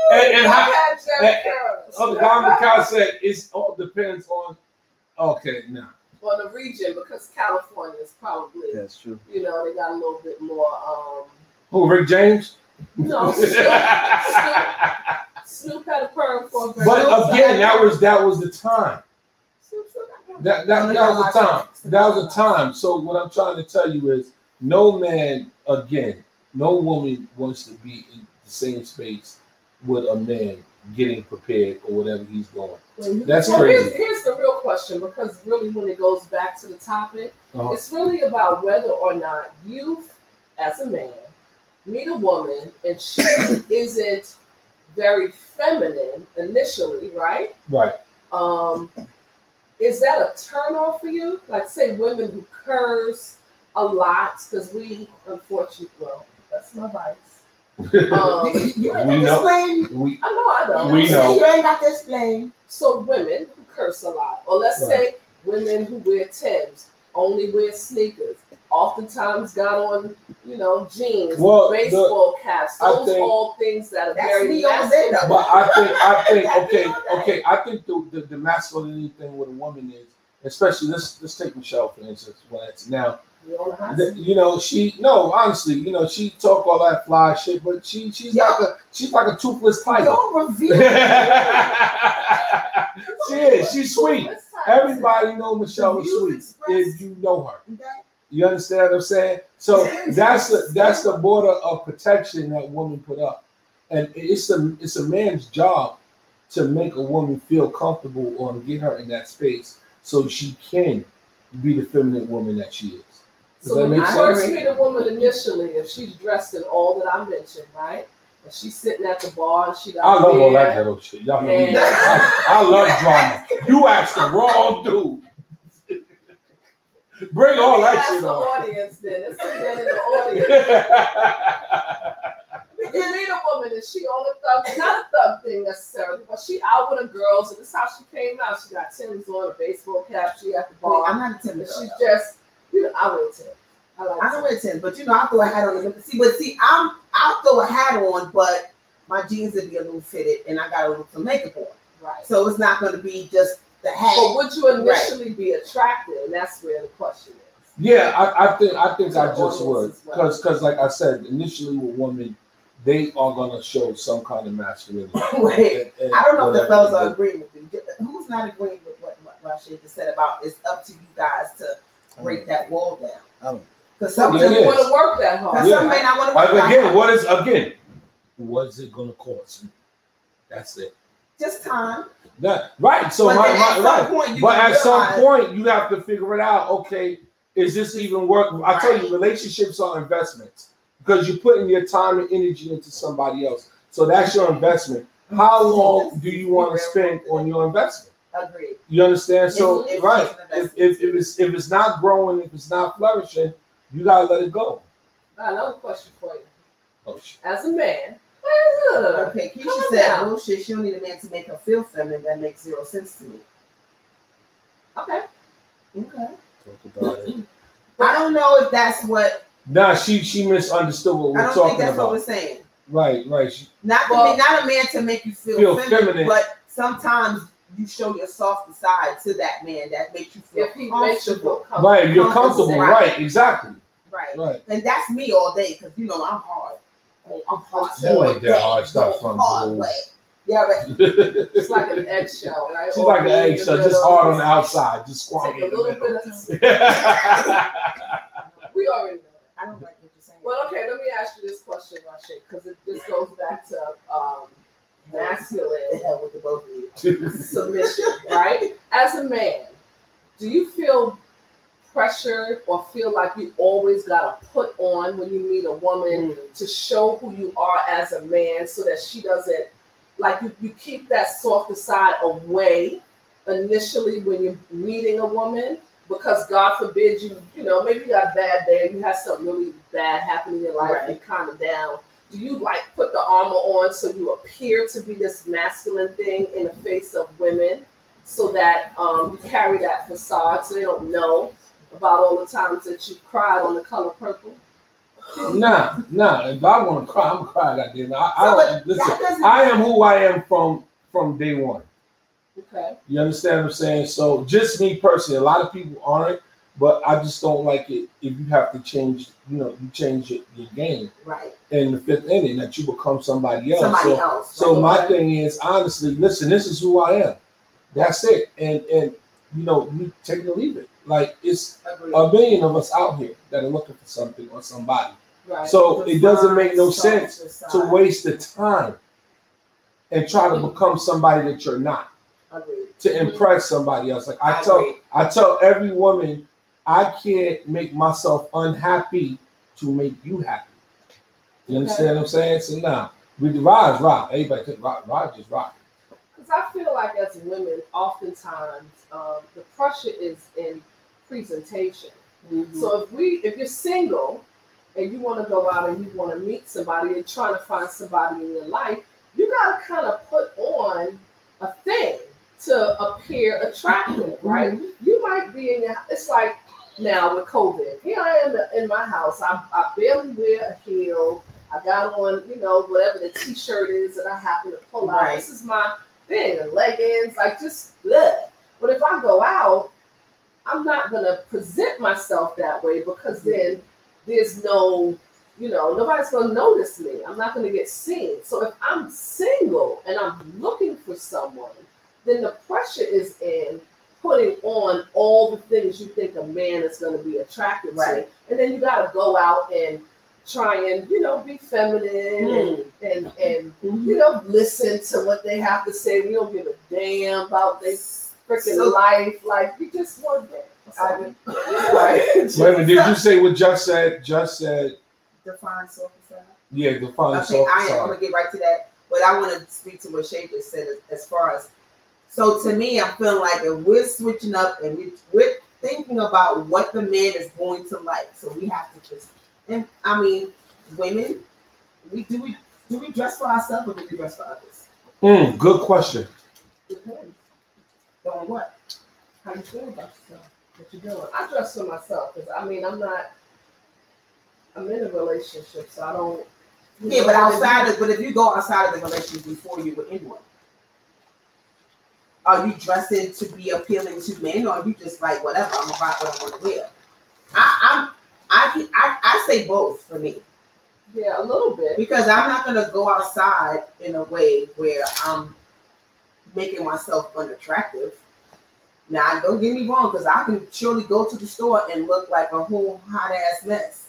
Speaker 4: And- and
Speaker 3: I
Speaker 4: how-
Speaker 3: had Jerry
Speaker 4: and-
Speaker 3: curls.
Speaker 4: oh, the Don McCall said it all depends on. Okay, now.
Speaker 3: well, the region because California is probably
Speaker 5: That's true.
Speaker 3: you know they got a little bit more. um
Speaker 4: Who, Rick James?
Speaker 3: No, Snoop, Snoop had a perm for a
Speaker 4: But again, that was that was the time. That that, that was a time. That was a time. So what I'm trying to tell you is, no man again, no woman wants to be in the same space with a man getting prepared or whatever he's going. That's
Speaker 3: well, Here's,
Speaker 4: crazy.
Speaker 3: here's the real question because really, when it goes back to the topic,
Speaker 4: Uh-huh.
Speaker 3: It's really about whether or not you, as a man, meet a woman and she isn't very feminine initially, right?
Speaker 4: Right.
Speaker 3: Um, is that a turnoff for you? Like, say, women who curse a lot, because we, unfortunately, well, that's my vice. Um,
Speaker 2: You
Speaker 4: We
Speaker 2: ain't
Speaker 4: know.
Speaker 2: got to explain.
Speaker 4: we
Speaker 3: I know, I know.
Speaker 4: We know.
Speaker 2: You ain't got to explain.
Speaker 3: So women who curse a lot, or let's say women who wear Timbs, only wear sneakers, oftentimes got on, you know, jeans,
Speaker 4: Well, the-
Speaker 3: baseball caps.
Speaker 4: I
Speaker 3: Those
Speaker 4: think-
Speaker 3: all things that are
Speaker 2: That's
Speaker 3: very
Speaker 2: me all day,
Speaker 3: masculine.
Speaker 4: But I think I think okay okay I think the the, the masculine thing with a woman is especially let's let's take Michelle for instance. When it's now
Speaker 3: You know, how-
Speaker 4: Th- you know she no honestly you know she talk all that fly shit but she she's like a she's like a toothless tiger
Speaker 2: Don't reveal.
Speaker 4: she is she's sweet
Speaker 3: Let's talk-
Speaker 4: everybody know michelle is
Speaker 2: You've
Speaker 4: sweet
Speaker 2: expressed-
Speaker 4: if you know her
Speaker 2: that.
Speaker 4: you understand what i'm saying so that's the that's the border of protection that woman put up and it's a it's a man's job to make a woman feel comfortable or get her in that space so she can be the feminine woman that she is
Speaker 3: So
Speaker 4: Does that
Speaker 3: when you
Speaker 4: make
Speaker 3: first
Speaker 4: sense?
Speaker 3: meet a woman initially, if she's dressed in all that I mentioned, right? And she's sitting at the bar and she got
Speaker 4: I love all
Speaker 3: beer,
Speaker 4: that ghetto shit. Y'all know
Speaker 3: And-
Speaker 4: me. I, I love drama. You asked the wrong dude. Bring all that
Speaker 3: That's
Speaker 4: shit
Speaker 3: the
Speaker 4: on.
Speaker 3: audience then. It's the men in the audience. You meet a woman and she on a thug, not a thug thing necessarily, but she out with her girls, and this is how she came out. She got Tim's on, a baseball cap, she at the
Speaker 2: Wait,
Speaker 3: bar.
Speaker 2: I'm not a Tim
Speaker 3: And
Speaker 2: girl.
Speaker 3: she's just, you know, I went to I like
Speaker 2: I don't wear Tim, but you know, I throw a hat on. See, but see, I'm I'll throw a hat on, but my jeans would be a little fitted, and I got a little some makeup on,
Speaker 3: Right.
Speaker 2: so it's not going to be just the hat.
Speaker 3: But would you initially be attracted? And that's where the question is.
Speaker 4: Yeah, I, I think I think I just would because because like I said initially with women, they are gonna show some kind of masculinity.
Speaker 2: Wait,
Speaker 4: And- and
Speaker 2: I don't know if the
Speaker 4: whatever
Speaker 2: fellas are agreeing with you. Who's not agreeing with what what Rashid just said about it's up to you guys to break that wall down?
Speaker 5: I don't.
Speaker 2: Because some
Speaker 4: Yeah,
Speaker 3: Do you
Speaker 4: yeah.
Speaker 2: because
Speaker 3: want to work that hard?
Speaker 4: Yeah.
Speaker 2: some may not want to
Speaker 4: Like,
Speaker 2: work
Speaker 4: again,
Speaker 2: out.
Speaker 4: what is again? What is it gonna cost? That's it.
Speaker 2: just time.
Speaker 4: That- right. So
Speaker 2: but
Speaker 4: my,
Speaker 2: then at
Speaker 4: my
Speaker 2: some
Speaker 4: right.
Speaker 2: point, you
Speaker 4: But
Speaker 2: gonna
Speaker 4: at some
Speaker 2: realize-
Speaker 4: point, you have to figure it out. Okay, is this even worth? I tell you, relationships are investments because you're putting your time and energy into somebody else. So that's your investment. How long do you want to spend on your investment?
Speaker 2: Agreed.
Speaker 4: You understand? So
Speaker 2: It's- it's
Speaker 4: right,
Speaker 2: just an
Speaker 4: if,
Speaker 2: investment.
Speaker 4: if, if it's if it's not growing, if it's not flourishing, you gotta let it go.
Speaker 3: Another question for you.
Speaker 4: Oh, shit.
Speaker 3: As a man, uh, Where's
Speaker 2: Okay, Keisha
Speaker 3: Calm
Speaker 2: said
Speaker 3: down.
Speaker 2: bullshit. She don't need a man to make her feel feminine. That makes zero sense to me.
Speaker 3: Okay.
Speaker 2: Okay.
Speaker 4: Talk about it.
Speaker 2: I don't know if that's what
Speaker 4: Nah, she she misunderstood
Speaker 2: I
Speaker 4: what we're
Speaker 2: don't think
Speaker 4: talking
Speaker 2: that's what
Speaker 4: about.
Speaker 2: we're saying.
Speaker 4: Right, right. She,
Speaker 2: Not to
Speaker 3: Well-
Speaker 2: be, not a man to make you feel,
Speaker 4: Feel
Speaker 2: feminine,
Speaker 4: feminine.
Speaker 2: but sometimes you show your softer side to that man that makes you feel
Speaker 3: If he makes you feel
Speaker 2: comfortable.
Speaker 3: comfortable.
Speaker 4: right,
Speaker 2: oh,
Speaker 4: you're comfortable.
Speaker 2: Right.
Speaker 4: Right, exactly.
Speaker 2: Right.
Speaker 4: Right.
Speaker 2: And that's me all day because you know I'm hard. I'm hard.
Speaker 4: You
Speaker 2: all
Speaker 4: ain't that
Speaker 2: day.
Speaker 4: hard, stop
Speaker 2: I'm
Speaker 4: front,
Speaker 2: hard
Speaker 4: boo.
Speaker 2: way. Yeah, but
Speaker 4: She's
Speaker 3: It's like an eggshell, right? Or
Speaker 4: like an
Speaker 3: be in
Speaker 4: egg,
Speaker 3: the
Speaker 4: so just
Speaker 3: middle.
Speaker 4: hard on the outside, just squat
Speaker 3: Take
Speaker 4: in
Speaker 3: a
Speaker 4: the
Speaker 3: little
Speaker 4: middle.
Speaker 3: bit of time. We already know. that.
Speaker 2: I don't like what you're saying.
Speaker 3: Well, okay, let me ask you this question, Rashid, because it just goes back to um, masculine
Speaker 2: the hell with the both of you.
Speaker 3: submission, right? As a man, do you feel pressured or feel like you always gotta put on when you meet a woman to show who you are as a man so that she doesn't like you, you keep that softer side away initially when you're meeting a woman because God forbid you, you know, maybe you got a bad day, you have something really bad happen in your life,
Speaker 2: Right.
Speaker 3: you kind of down do you like put the armor on so you appear to be this masculine thing in the face of women so that um, you carry that facade so they don't know about all the times that you cried on the color purple?
Speaker 4: Nah, nah. If I want to cry, I'm crying. I did. I, I don't
Speaker 2: That
Speaker 4: listen.
Speaker 2: doesn't-
Speaker 4: I am who I am from from day one.
Speaker 3: Okay.
Speaker 4: You understand what I'm saying? So just me personally, a lot of people aren't, but I just don't like it if you have to change. You know, you change your, your game
Speaker 2: right.
Speaker 4: in the fifth inning that you become somebody else.
Speaker 2: Somebody
Speaker 4: So-
Speaker 2: else.
Speaker 4: So
Speaker 2: Like,
Speaker 4: my
Speaker 2: okay.
Speaker 4: thing is honestly, listen, this is who I am. That's it. And and you know, you take it or leave it. Like it's
Speaker 2: Agreed.
Speaker 4: a million of us out here that are looking for something or somebody.
Speaker 3: Right.
Speaker 4: So it doesn't make no
Speaker 2: Softer
Speaker 4: sense to
Speaker 2: side.
Speaker 4: waste the time and try to become somebody that you're not
Speaker 2: Agreed.
Speaker 4: to impress somebody else. Like I tell
Speaker 2: agree.
Speaker 4: I tell every woman, I can't make myself unhappy to make you happy. You understand what I'm saying? So now we rise, rock. Everybody take rock, rock, just rock.
Speaker 3: Because I feel like as women, oftentimes um, the pressure is in presentation.
Speaker 2: Mm-hmm.
Speaker 3: So if we, if you're single and you want to go out and you want to meet somebody and trying to find somebody in your life, you got to kind of put on a thing to appear attractive, right?
Speaker 2: Mm-hmm.
Speaker 3: You might be in your, it's like now with COVID. Here I am in my house. I, I barely wear a heel. I got on, you know, whatever the t-shirt is that I happen to pull out.
Speaker 2: Right.
Speaker 3: This is my thing, the leggings, like just look. But if I go out, I'm not gonna present myself that way because then there's no, you know, nobody's gonna notice me. I'm not gonna get seen. So if I'm single and I'm looking for someone, then the pressure is in putting on all the things you think a man is gonna be attracted to.
Speaker 2: Right.
Speaker 3: And then you gotta go out and try and, you know, be feminine
Speaker 2: Mm.
Speaker 3: and and, and you know, listen to what they have to say. We don't give a damn about their freaking
Speaker 2: So-
Speaker 3: life. Like we just want that.
Speaker 2: I would
Speaker 3: Right.
Speaker 4: Wait a minute, did you say what Just said? Just said,
Speaker 2: define softer side.
Speaker 4: yeah, the final
Speaker 2: Okay,
Speaker 4: song.
Speaker 2: I am
Speaker 4: sorry.
Speaker 2: gonna get right to that, but I want to speak to what Shay just said as, as far as. So to me, I'm feeling like if we're switching up and we, we're thinking about what the man is going to like, so we have to just. And I mean, women, we do we do we dress for ourselves or do we dress for others?
Speaker 4: Mm, good question.
Speaker 2: Doing what?
Speaker 3: How you feel about yourself? What you doing? I dress for myself because I mean I'm not. I'm in a relationship, so I don't. you
Speaker 2: Yeah,
Speaker 3: know,
Speaker 2: but
Speaker 3: I
Speaker 2: outside of but if you go outside of the relationship before you were in one, are you dressing to be appealing to men, or are you just like whatever? I'm gonna buy what I want to wear. I, I'm I, I I say both for me
Speaker 3: Yeah, a little bit.
Speaker 2: because I'm not gonna go outside in a way where I'm making myself unattractive. Now, don't get me wrong, because I can surely go to the store and look like a whole hot ass mess.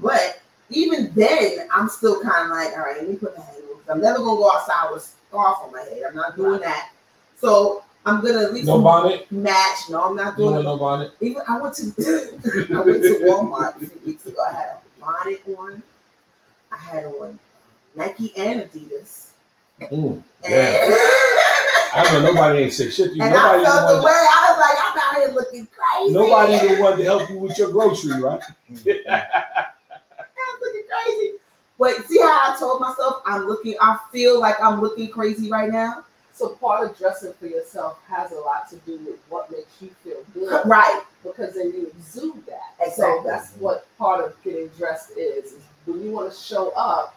Speaker 2: But even then, I'm still kind of like, all right, let me put the handle. I'm never gonna go outside with a scarf on my head. I'm not doing that. So I'm gonna at least
Speaker 4: No bonnet?
Speaker 2: match. No, I'm not
Speaker 4: You
Speaker 2: doing
Speaker 4: want
Speaker 2: it.
Speaker 4: no bonnet?
Speaker 2: Even I went to I went to Walmart a few weeks ago. I had a bonnet on. I had on Nike and Adidas.
Speaker 4: Mm,
Speaker 2: And,
Speaker 4: Yeah. I know nobody ain't say shit to you.
Speaker 2: and
Speaker 4: Nobody
Speaker 2: I
Speaker 4: even,
Speaker 2: felt the way
Speaker 4: wanted,
Speaker 2: I was like, I'm out here looking crazy.
Speaker 4: nobody even wanted to help you with your grocery, right?
Speaker 2: I was looking crazy. But see how I told myself I'm looking, I feel like I'm looking crazy right now?
Speaker 3: So part of dressing for yourself has a lot to do with what makes you feel good,
Speaker 2: Right.
Speaker 3: because then you exude that. So
Speaker 2: Exactly.
Speaker 3: that's what part of getting dressed is. is When you want to show up,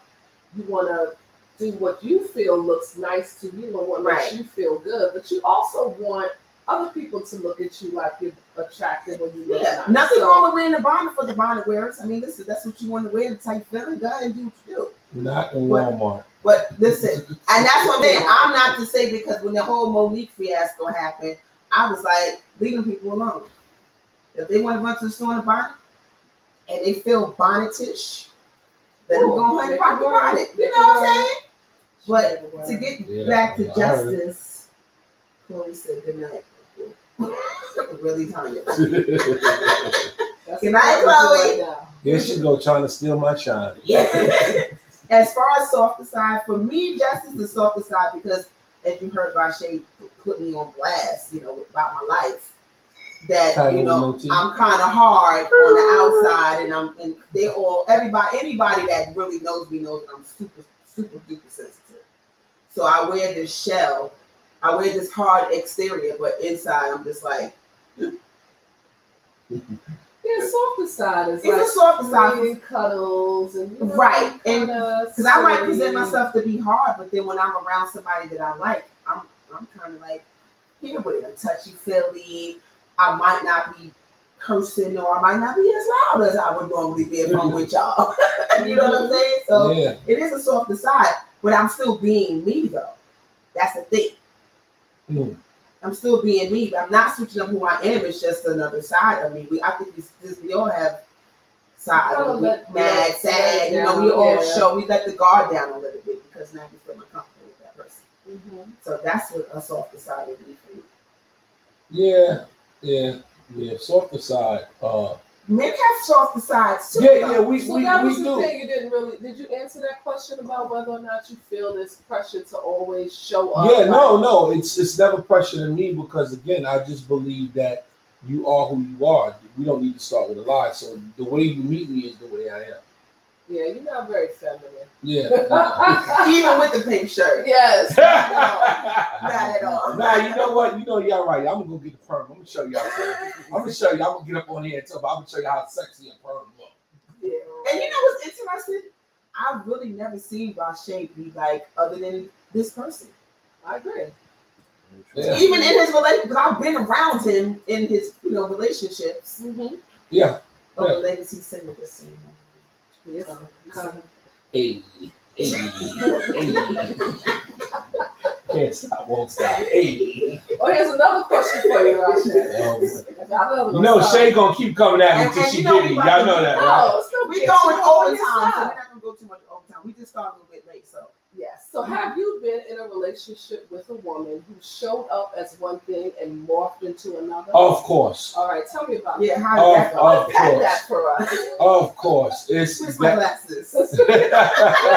Speaker 3: you want to do what you feel looks nice to you and what
Speaker 2: Right.
Speaker 3: makes you feel good, but you also want other people to look at you like you're attractive when you look
Speaker 2: Yeah.
Speaker 3: nice.
Speaker 2: Nothing
Speaker 3: So-
Speaker 2: wrong with wearing a bonnet for the bonnet wearers. I mean, listen, that's what you want to wear. It's like, very good and do what you do.
Speaker 4: Not in
Speaker 2: What?
Speaker 4: Walmart.
Speaker 2: But listen, and that's what I'm saying. I'm not to say because when the whole Monique fiasco happened, I was like, leaving people alone. If they want to run to the store in a bonnet and they feel bonnetish, let them go ahead and rock a bonnet. You know what I'm saying? But to get
Speaker 4: Yeah,
Speaker 2: back to
Speaker 4: I heard it.
Speaker 2: justice, Chloe said good night. really Tanya.
Speaker 3: That's
Speaker 2: Good
Speaker 3: what
Speaker 2: night, Chloe.
Speaker 3: I'm doing right now.
Speaker 4: Here she go trying to steal my shine.
Speaker 2: Yeah. as far as softer side, for me, justice is softer side because if you heard Rashay put me on blast, you know, about my life, that
Speaker 4: Title
Speaker 2: you know
Speaker 4: Monty.
Speaker 2: I'm kind of hard on the outside, and I'm and they all everybody anybody that really knows me knows that I'm super super duper sensitive. So I wear this shell, I wear this hard exterior, but inside I'm just like
Speaker 3: Yeah, softer side is
Speaker 2: it's
Speaker 3: like
Speaker 2: a softer side.
Speaker 3: reading cuddles and you know,
Speaker 2: Right, and-
Speaker 3: kinda
Speaker 2: Because I might
Speaker 3: silly.
Speaker 2: present myself to be hard, but then when I'm around somebody that I like, I'm I'm kind of like here with it, touchy feely. I might not be cursing or I might not be as loud as I would normally be if I'm with y'all. you know what I'm saying? So
Speaker 4: Yeah.
Speaker 2: it is a softer side, but I'm still being me though. That's the thing.
Speaker 4: Mm.
Speaker 2: I'm still being me. I'm not switching up who I am. It's just another side of me. We, I think it's, this, we all have sides.
Speaker 3: Kinda
Speaker 2: We
Speaker 3: let-
Speaker 2: mad,
Speaker 3: let- let
Speaker 2: sad. You know,
Speaker 3: down,
Speaker 2: we all
Speaker 3: yeah.
Speaker 2: show. We let the guard down a little bit because now we feel uncomfortable with that person.
Speaker 3: Mhm.
Speaker 2: So that's what a softer side would be for me.
Speaker 4: Yeah. Yeah. Yeah. Softer side. Uh,
Speaker 2: Men have softer sides too.
Speaker 4: yeah. Yeah. We
Speaker 3: So
Speaker 4: we,
Speaker 3: that
Speaker 4: we
Speaker 3: was the
Speaker 4: do.
Speaker 3: thing you didn't really did you answer that question about whether or not you feel this pressure to always show up?
Speaker 4: Yeah. No.
Speaker 3: like-
Speaker 4: No. It's it's never pressure to me because again, I just believe that you are who you are. We don't need to start with a lie. So the way you meet me is the way I am.
Speaker 3: Yeah, you're not very feminine.
Speaker 4: Yeah.
Speaker 2: Even with the pink shirt.
Speaker 3: yes.
Speaker 2: Not at all.
Speaker 4: Nah, you know what? You know y'all right. I'm gonna go get the perm. I'm gonna show y'all. Something. I'm gonna show you. all I'm gonna get up on here and tell. I'm gonna show you how sexy a perm look.
Speaker 3: Yeah.
Speaker 2: And you know what's interesting? I've really never seen Rashay be like other than this person.
Speaker 3: I agree.
Speaker 4: Yeah.
Speaker 2: Even in his relationship, because I've been around him in his you know relationships.
Speaker 3: Mm-hmm.
Speaker 4: Yeah.
Speaker 2: Oh,
Speaker 4: Yeah.
Speaker 2: the ladies he's single this season.
Speaker 3: Yes. Um,
Speaker 4: Hey. Hey. Hey. Can't stop. Won't stop. Hey.
Speaker 3: oh, here's another question for you, Rasha.
Speaker 4: You know Shay gonna keep coming at me
Speaker 2: And-
Speaker 4: till
Speaker 2: and
Speaker 4: she
Speaker 2: you know we
Speaker 4: get me.
Speaker 2: about
Speaker 4: Y'all
Speaker 2: to-
Speaker 4: know that, right?
Speaker 3: No, it's no
Speaker 2: We
Speaker 3: bitch.
Speaker 2: going
Speaker 3: You're on
Speaker 2: overtime,
Speaker 3: your
Speaker 2: so we're
Speaker 3: side.
Speaker 2: not gonna go too much overtime. We just started a little bit late, so
Speaker 3: Yes. So have you been in a relationship with a woman who showed up as one thing and morphed into another?
Speaker 4: Of course.
Speaker 3: All right, tell me about
Speaker 2: yeah, how
Speaker 4: Oh,
Speaker 2: that go?
Speaker 4: oh.
Speaker 3: that. Unpack that for us.
Speaker 4: Of course. It's
Speaker 2: Where's my
Speaker 4: that.
Speaker 2: glasses?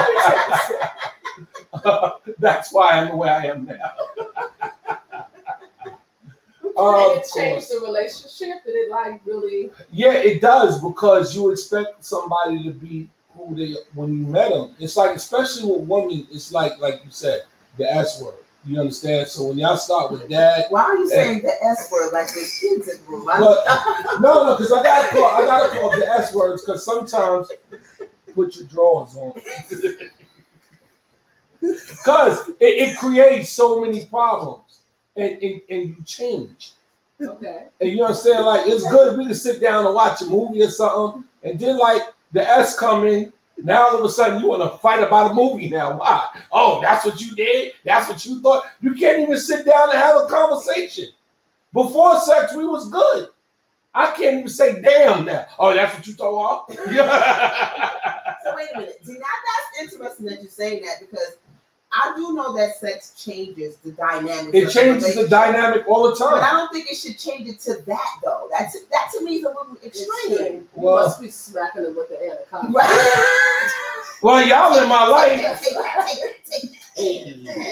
Speaker 4: That's why I'm the way I am now.
Speaker 3: Did
Speaker 4: Oh, Of
Speaker 3: it change
Speaker 4: course.
Speaker 3: the relationship? Did it like really?
Speaker 4: Yeah, it does because you expect somebody to be who they when you met them. It's like especially with women, it's like like you said, the S word. You understand? So when y'all start with that,
Speaker 2: Why are you saying the S word like there's kids in the room? I-
Speaker 4: Well, no, no, because I gotta call I gotta call the S words because sometimes put your drawers on. Cause it, it creates so many problems and, and, and you change.
Speaker 3: Okay.
Speaker 4: And you know what I'm saying? Like it's good if we can sit down and watch a movie or something, and then like the S come in. Now all of a sudden you want to fight about a movie now. Why? Oh, that's what you did. That's what you thought. You can't even sit down and have a conversation. Before sex, we was good. I can't even say damn now. Oh, that's what you thought.
Speaker 2: so wait a minute. See now that's interesting that you're saying that because I do know that sex changes the dynamic.
Speaker 4: it changes the dynamic all the
Speaker 2: But I
Speaker 4: time.
Speaker 2: don't think it should change it to that though. That's that to me is a little extreme.
Speaker 3: You
Speaker 4: Well-
Speaker 3: must be smacking it with the anaconda.
Speaker 2: Right.
Speaker 4: Well, y'all in my life.
Speaker 2: Take that, take that, take that.
Speaker 4: Hey.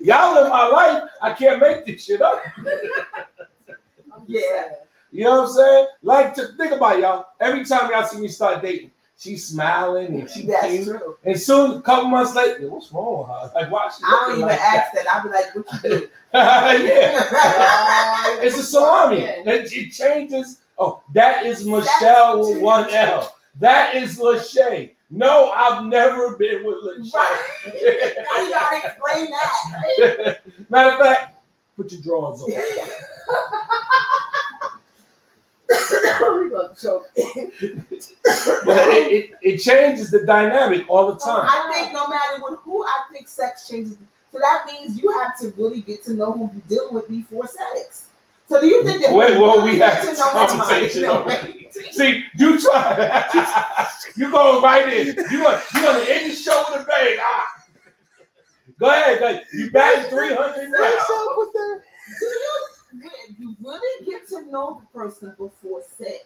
Speaker 4: Y'all in my life. I can't make this shit up.
Speaker 3: I'm just
Speaker 2: Yeah.
Speaker 3: saying.
Speaker 4: You know what I'm saying? Like, to think about it, y'all. Every time y'all see me start dating, she's smiling and she
Speaker 2: That's
Speaker 4: came.
Speaker 2: true.
Speaker 4: And soon, a couple months later, what's wrong with her? Like, why is she?
Speaker 2: I don't even
Speaker 4: looking like
Speaker 2: ask that. I'll be like, what you do?
Speaker 4: that? yeah.
Speaker 3: Uh,
Speaker 4: It's a salami.
Speaker 3: Yeah.
Speaker 4: It, it changes. Oh, that is Michelle with one L. That is Lachey. No, I've never been with Lachey.
Speaker 2: Now you gotta explain that.
Speaker 4: Matter of fact, put your drawers on.
Speaker 3: we gonna choke.
Speaker 4: But it, it, it changes the dynamic all the time.
Speaker 2: I think no matter what, who I think sex changes. So that means you have to really get to know who you deal with before sex. So do you think that
Speaker 4: Wait, well, we
Speaker 2: get
Speaker 4: had
Speaker 2: to
Speaker 4: this
Speaker 2: know somebody,
Speaker 4: conversation
Speaker 2: no,
Speaker 4: already.
Speaker 2: right?
Speaker 4: See, you try. you going right in. You going you going to end the show with a bang. Ah. Go ahead, go ahead. You batted three hundred rounds.
Speaker 2: Do you, you really get to know the person before sex?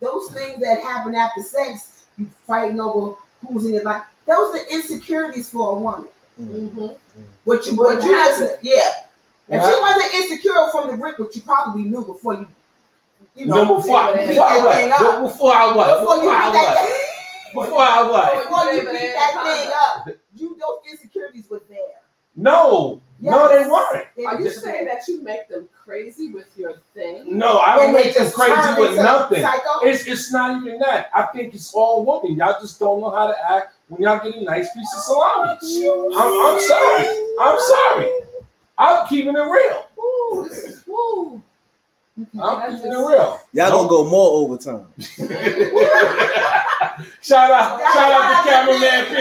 Speaker 2: Those things that happen after sex, you fighting over who's in your life. Those are insecurities for a woman.
Speaker 4: Mm-hmm.
Speaker 3: Mhm.
Speaker 2: What you, what you
Speaker 3: Right.
Speaker 2: wasn't, yeah. If
Speaker 4: Right.
Speaker 2: she wasn't insecure from the brick, which you probably knew before you, you know,
Speaker 4: No, before, I-
Speaker 3: Yeah.
Speaker 4: before I
Speaker 2: Pick that thing
Speaker 4: what?
Speaker 2: up.
Speaker 4: Before I what?
Speaker 2: before you
Speaker 4: Before I
Speaker 2: beat
Speaker 4: what?
Speaker 2: that,
Speaker 4: Before I what?
Speaker 2: before you beat that thing up, you those insecurities were there.
Speaker 4: No, no, they
Speaker 2: Yes.
Speaker 4: weren't.
Speaker 3: Are you
Speaker 2: Yes.
Speaker 3: saying that you make them crazy with your thing?
Speaker 4: No, I don't
Speaker 2: And they
Speaker 4: make them
Speaker 2: just
Speaker 4: crazy
Speaker 2: turned
Speaker 4: with
Speaker 2: into
Speaker 4: nothing.
Speaker 2: Psycho.
Speaker 4: It's it's not even that. I think it's all women. Y'all just don't know how to act when y'all get a nice piece of salami. I'm, I'm sorry. I'm sorry. I'm keeping it real.
Speaker 3: Woo, this is woo.
Speaker 4: I'm keeping it real.
Speaker 5: Y'all gonna go more overtime.
Speaker 4: shout out, shout out to cameraman P.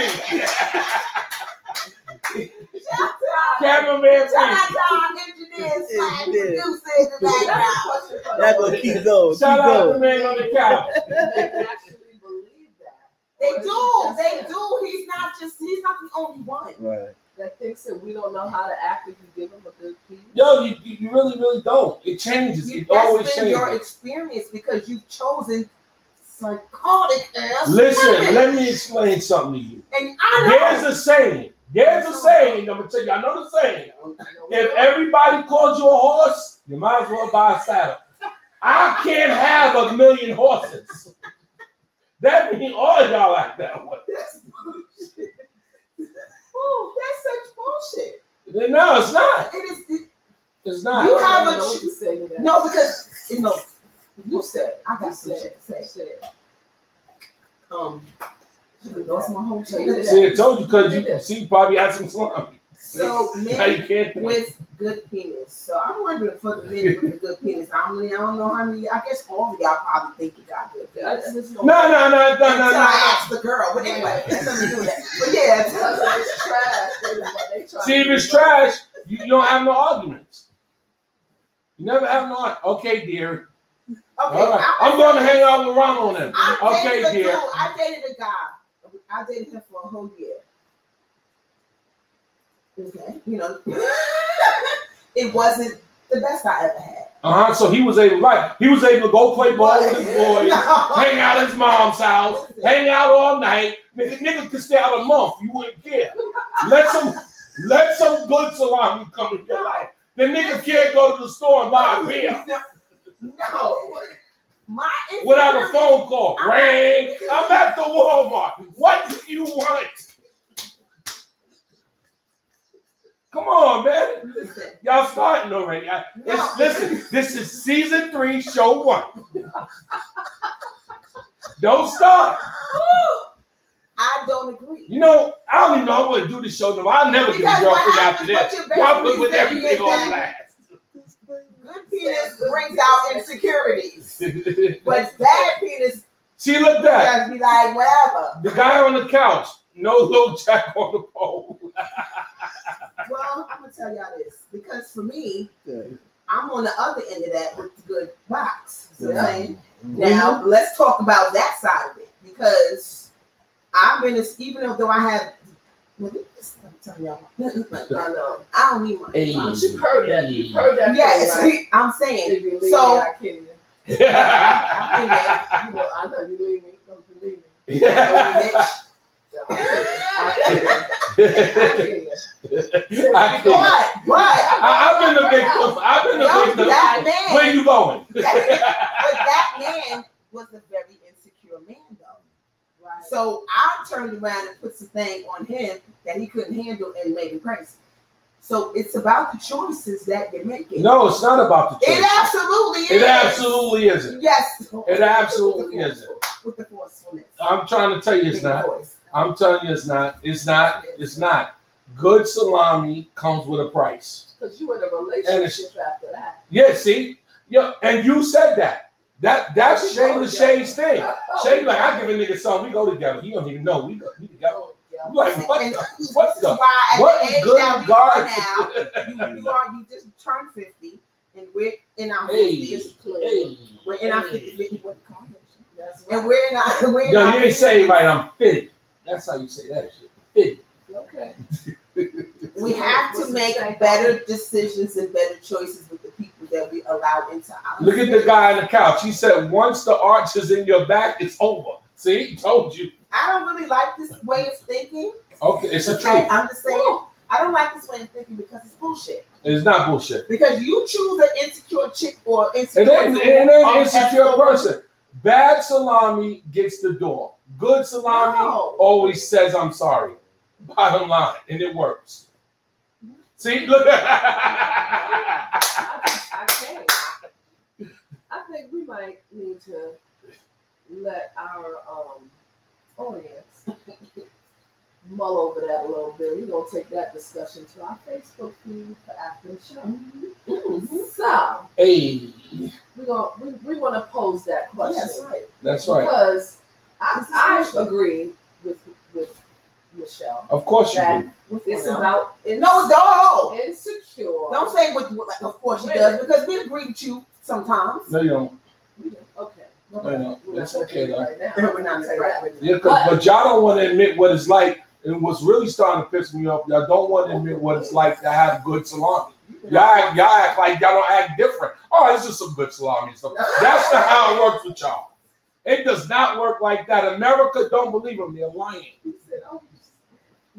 Speaker 4: Cameraman
Speaker 2: Shout out
Speaker 4: P.
Speaker 2: to our engineers, slash
Speaker 5: Engineers.
Speaker 2: producers, and that.
Speaker 5: Y'all gonna keep going.
Speaker 4: Shout
Speaker 5: keep
Speaker 4: out to the
Speaker 5: going.
Speaker 4: man on the couch.
Speaker 2: They do, they do. He's not just, he's not the only one.
Speaker 5: Right.
Speaker 3: That thinks that we don't know how to act if you give them a good piece.
Speaker 4: Yo, you, you you really, really don't. It changes. It always
Speaker 2: That's been
Speaker 4: changes.
Speaker 2: your experience because you've chosen psychotic ass.
Speaker 4: Listen,
Speaker 2: women.
Speaker 4: let me explain something to you.
Speaker 2: and I know.
Speaker 4: There's a saying. There's a saying. I'm gonna tell you. I know the saying. If everybody calls you a horse, you might as well buy a saddle. I can't have a million horses. That means all of y'all act that way.
Speaker 2: That's bullshit. Ooh, that's such bullshit.
Speaker 4: No, it's not.
Speaker 2: It is it,
Speaker 4: It's
Speaker 2: You
Speaker 4: not.
Speaker 2: have a
Speaker 3: know
Speaker 2: ch-
Speaker 3: what you say to that.
Speaker 2: no because you know you said I got some shit to say.
Speaker 3: Shit.
Speaker 2: Um, you lost my whole train of
Speaker 4: See,
Speaker 2: thought.
Speaker 4: I told you because you see, you probably had some slum.
Speaker 2: So
Speaker 4: Now
Speaker 2: men
Speaker 4: you can't.
Speaker 2: with good penis. So I'm wondering for the men with a good penis. I don't, really, I don't know how many. I guess all of y'all probably think you got good
Speaker 3: I
Speaker 2: penis.
Speaker 3: just
Speaker 4: No, no, no, no,
Speaker 2: Until
Speaker 4: no,
Speaker 2: I
Speaker 4: no.
Speaker 2: asked the girl, but anyway, let's not do that. But yeah,
Speaker 3: It's trash. They want- they trying
Speaker 4: See, if
Speaker 3: to-
Speaker 4: it's trash, you, you don't have no arguments. You never have no. ar- Okay, dear.
Speaker 2: okay.
Speaker 4: All right. I'm going to hang out with Ron on them.
Speaker 2: I dated
Speaker 4: Okay,
Speaker 2: a dude.
Speaker 4: dear.
Speaker 2: I dated a guy. I dated him for a whole year. Okay, you know, it wasn't the best I ever had.
Speaker 4: Uh huh. So he was able, right? He was able to go play ball with his boys,
Speaker 2: No.
Speaker 4: hang out at his mom's house, hang out all night. Nigga, nigga could stay out a month. You wouldn't care. Let some, let some good salami come in your life. The nigga can't go to the store and buy a beer
Speaker 2: No, my
Speaker 4: without a
Speaker 2: insecurity-
Speaker 4: phone call. Ring. I'm at the Walmart. What do you want? Come on, man.
Speaker 2: Listen,
Speaker 4: Y'all starting already. I, it's,
Speaker 2: No.
Speaker 4: listen, this is season three, show one. Don't start.
Speaker 2: I don't agree.
Speaker 4: You know, I don't even know I would do the show. No, I'll never do the
Speaker 2: Because what
Speaker 4: girlfriend after
Speaker 2: happens,
Speaker 4: this.
Speaker 2: what you're
Speaker 4: Y'all put
Speaker 2: basically
Speaker 4: with
Speaker 2: saying
Speaker 4: everything
Speaker 2: is
Speaker 4: on
Speaker 2: that
Speaker 4: blast.
Speaker 2: good penis brings out insecurities, but bad penis
Speaker 4: See, look that.
Speaker 2: just be like whatever.
Speaker 4: The guy on the couch, no low jack on the pole.
Speaker 2: Well, I'm gonna tell y'all this because for me,
Speaker 5: Yeah.
Speaker 2: I'm on the other end of that with the good box. You know what I'm saying?
Speaker 4: Mm-hmm.
Speaker 5: Mhm.
Speaker 2: Now let's talk about that side of it because I've been this, even though I have. Well, this- I'm telling y'all,
Speaker 3: I know.
Speaker 2: I don't need money.
Speaker 3: You've heard that. You've heard that.
Speaker 2: Yes,
Speaker 3: Right?
Speaker 2: I'm saying.
Speaker 3: If you leave
Speaker 2: So-
Speaker 3: me, I kill you.
Speaker 2: I think that-
Speaker 3: You know, I know you leave me. Don't believe me. I
Speaker 4: I,
Speaker 3: kill you.
Speaker 4: can't.
Speaker 2: But but
Speaker 4: I, I've been the victim. I've been the
Speaker 2: that,
Speaker 4: victim.
Speaker 2: that man,
Speaker 4: Where you going?
Speaker 2: but that man was a very insecure man though. So I turned around and put some thing on him that he couldn't handle and made him crazy. So it's about the choices that you're making.
Speaker 4: No, it's not about the
Speaker 2: It
Speaker 4: choice.
Speaker 2: absolutely is.
Speaker 4: It absolutely isn't.
Speaker 2: Yes.
Speaker 4: It absolutely isn't.
Speaker 2: With the forcefulness.
Speaker 4: I'm trying to tell you it's
Speaker 2: In your
Speaker 4: not.
Speaker 2: voice.
Speaker 4: I'm telling you it's not. It's not. It's not. Good salami comes with a price.
Speaker 3: Because you in a relationship after that.
Speaker 4: Yeah, see? Yeah, and you said that. That that's Shane the Shane's thing. Shane be like, I give a nigga something, we go together. He don't even know. We go we together.
Speaker 3: Oh,
Speaker 4: I'm like, what
Speaker 2: And
Speaker 4: the
Speaker 2: this
Speaker 4: what
Speaker 2: is
Speaker 4: the-
Speaker 2: why at
Speaker 4: what
Speaker 2: the age
Speaker 4: good
Speaker 2: that we
Speaker 4: God-
Speaker 2: are now, you are you just turned 50 and we're in our
Speaker 4: Hey,
Speaker 2: 50s.
Speaker 4: Hey.
Speaker 2: We're in our 50s. we want to call it.
Speaker 3: That's
Speaker 2: And
Speaker 3: right.
Speaker 2: we're not. We're in
Speaker 4: Yo,
Speaker 2: our
Speaker 4: you ain't say it
Speaker 2: 50s.
Speaker 4: right, I'm fitted. That's how you say that shit. Fitted.
Speaker 3: Okay.
Speaker 2: We have to make better decisions and better choices with the people that we allow into our.
Speaker 4: Look at the guy on the couch. He said, once the arch is in your back, it's over. See, he told you.
Speaker 2: I don't really like this way of thinking.
Speaker 4: Okay, it's the
Speaker 2: Okay,
Speaker 4: truth.
Speaker 2: I'm just saying. I don't like this way of thinking because it's bullshit.
Speaker 4: It's not bullshit.
Speaker 2: Because you choose an insecure chick or insecure.
Speaker 4: It ain't, it ain't
Speaker 2: or
Speaker 4: an insecure
Speaker 2: asshole.
Speaker 4: person. Bad salami gets the door. Good salami
Speaker 2: No.
Speaker 4: always says I'm sorry. Bottom line, and it works. See, look.
Speaker 3: I, think- I think I think we might need to let our um, audience mull over that a little bit. We're gonna take that discussion to our Facebook feed for after the
Speaker 2: Mm-hmm.
Speaker 3: show. So
Speaker 4: hey,
Speaker 3: we gonna we, we want to pose that question
Speaker 2: Yes, right.
Speaker 4: that's right.
Speaker 3: because
Speaker 2: This is
Speaker 3: I, I
Speaker 2: special.
Speaker 3: agree with with Michelle
Speaker 4: Of course you
Speaker 3: that
Speaker 4: do.
Speaker 3: it's about
Speaker 2: No, no.
Speaker 3: insecure.
Speaker 2: Don't say what. Like, of course she
Speaker 3: Wait.
Speaker 2: does because we agree with you sometimes.
Speaker 4: No, you don't.
Speaker 3: Okay.
Speaker 4: No, you don't.
Speaker 3: We're
Speaker 4: It's
Speaker 3: not
Speaker 4: okay though.
Speaker 3: right now.
Speaker 2: We're not saying that.
Speaker 4: Yeah, 'cause- but y'all don't want to admit what it's like. And what's really starting to piss me off, y'all don't want to admit what it's like to have good salami. Y'all, act- y'all act like y'all don't act different. Oh, this is some good salami and stuff. That's not how it works with y'all. It does not work like that. America don't believe them. They're lying.
Speaker 2: You said, "Oh,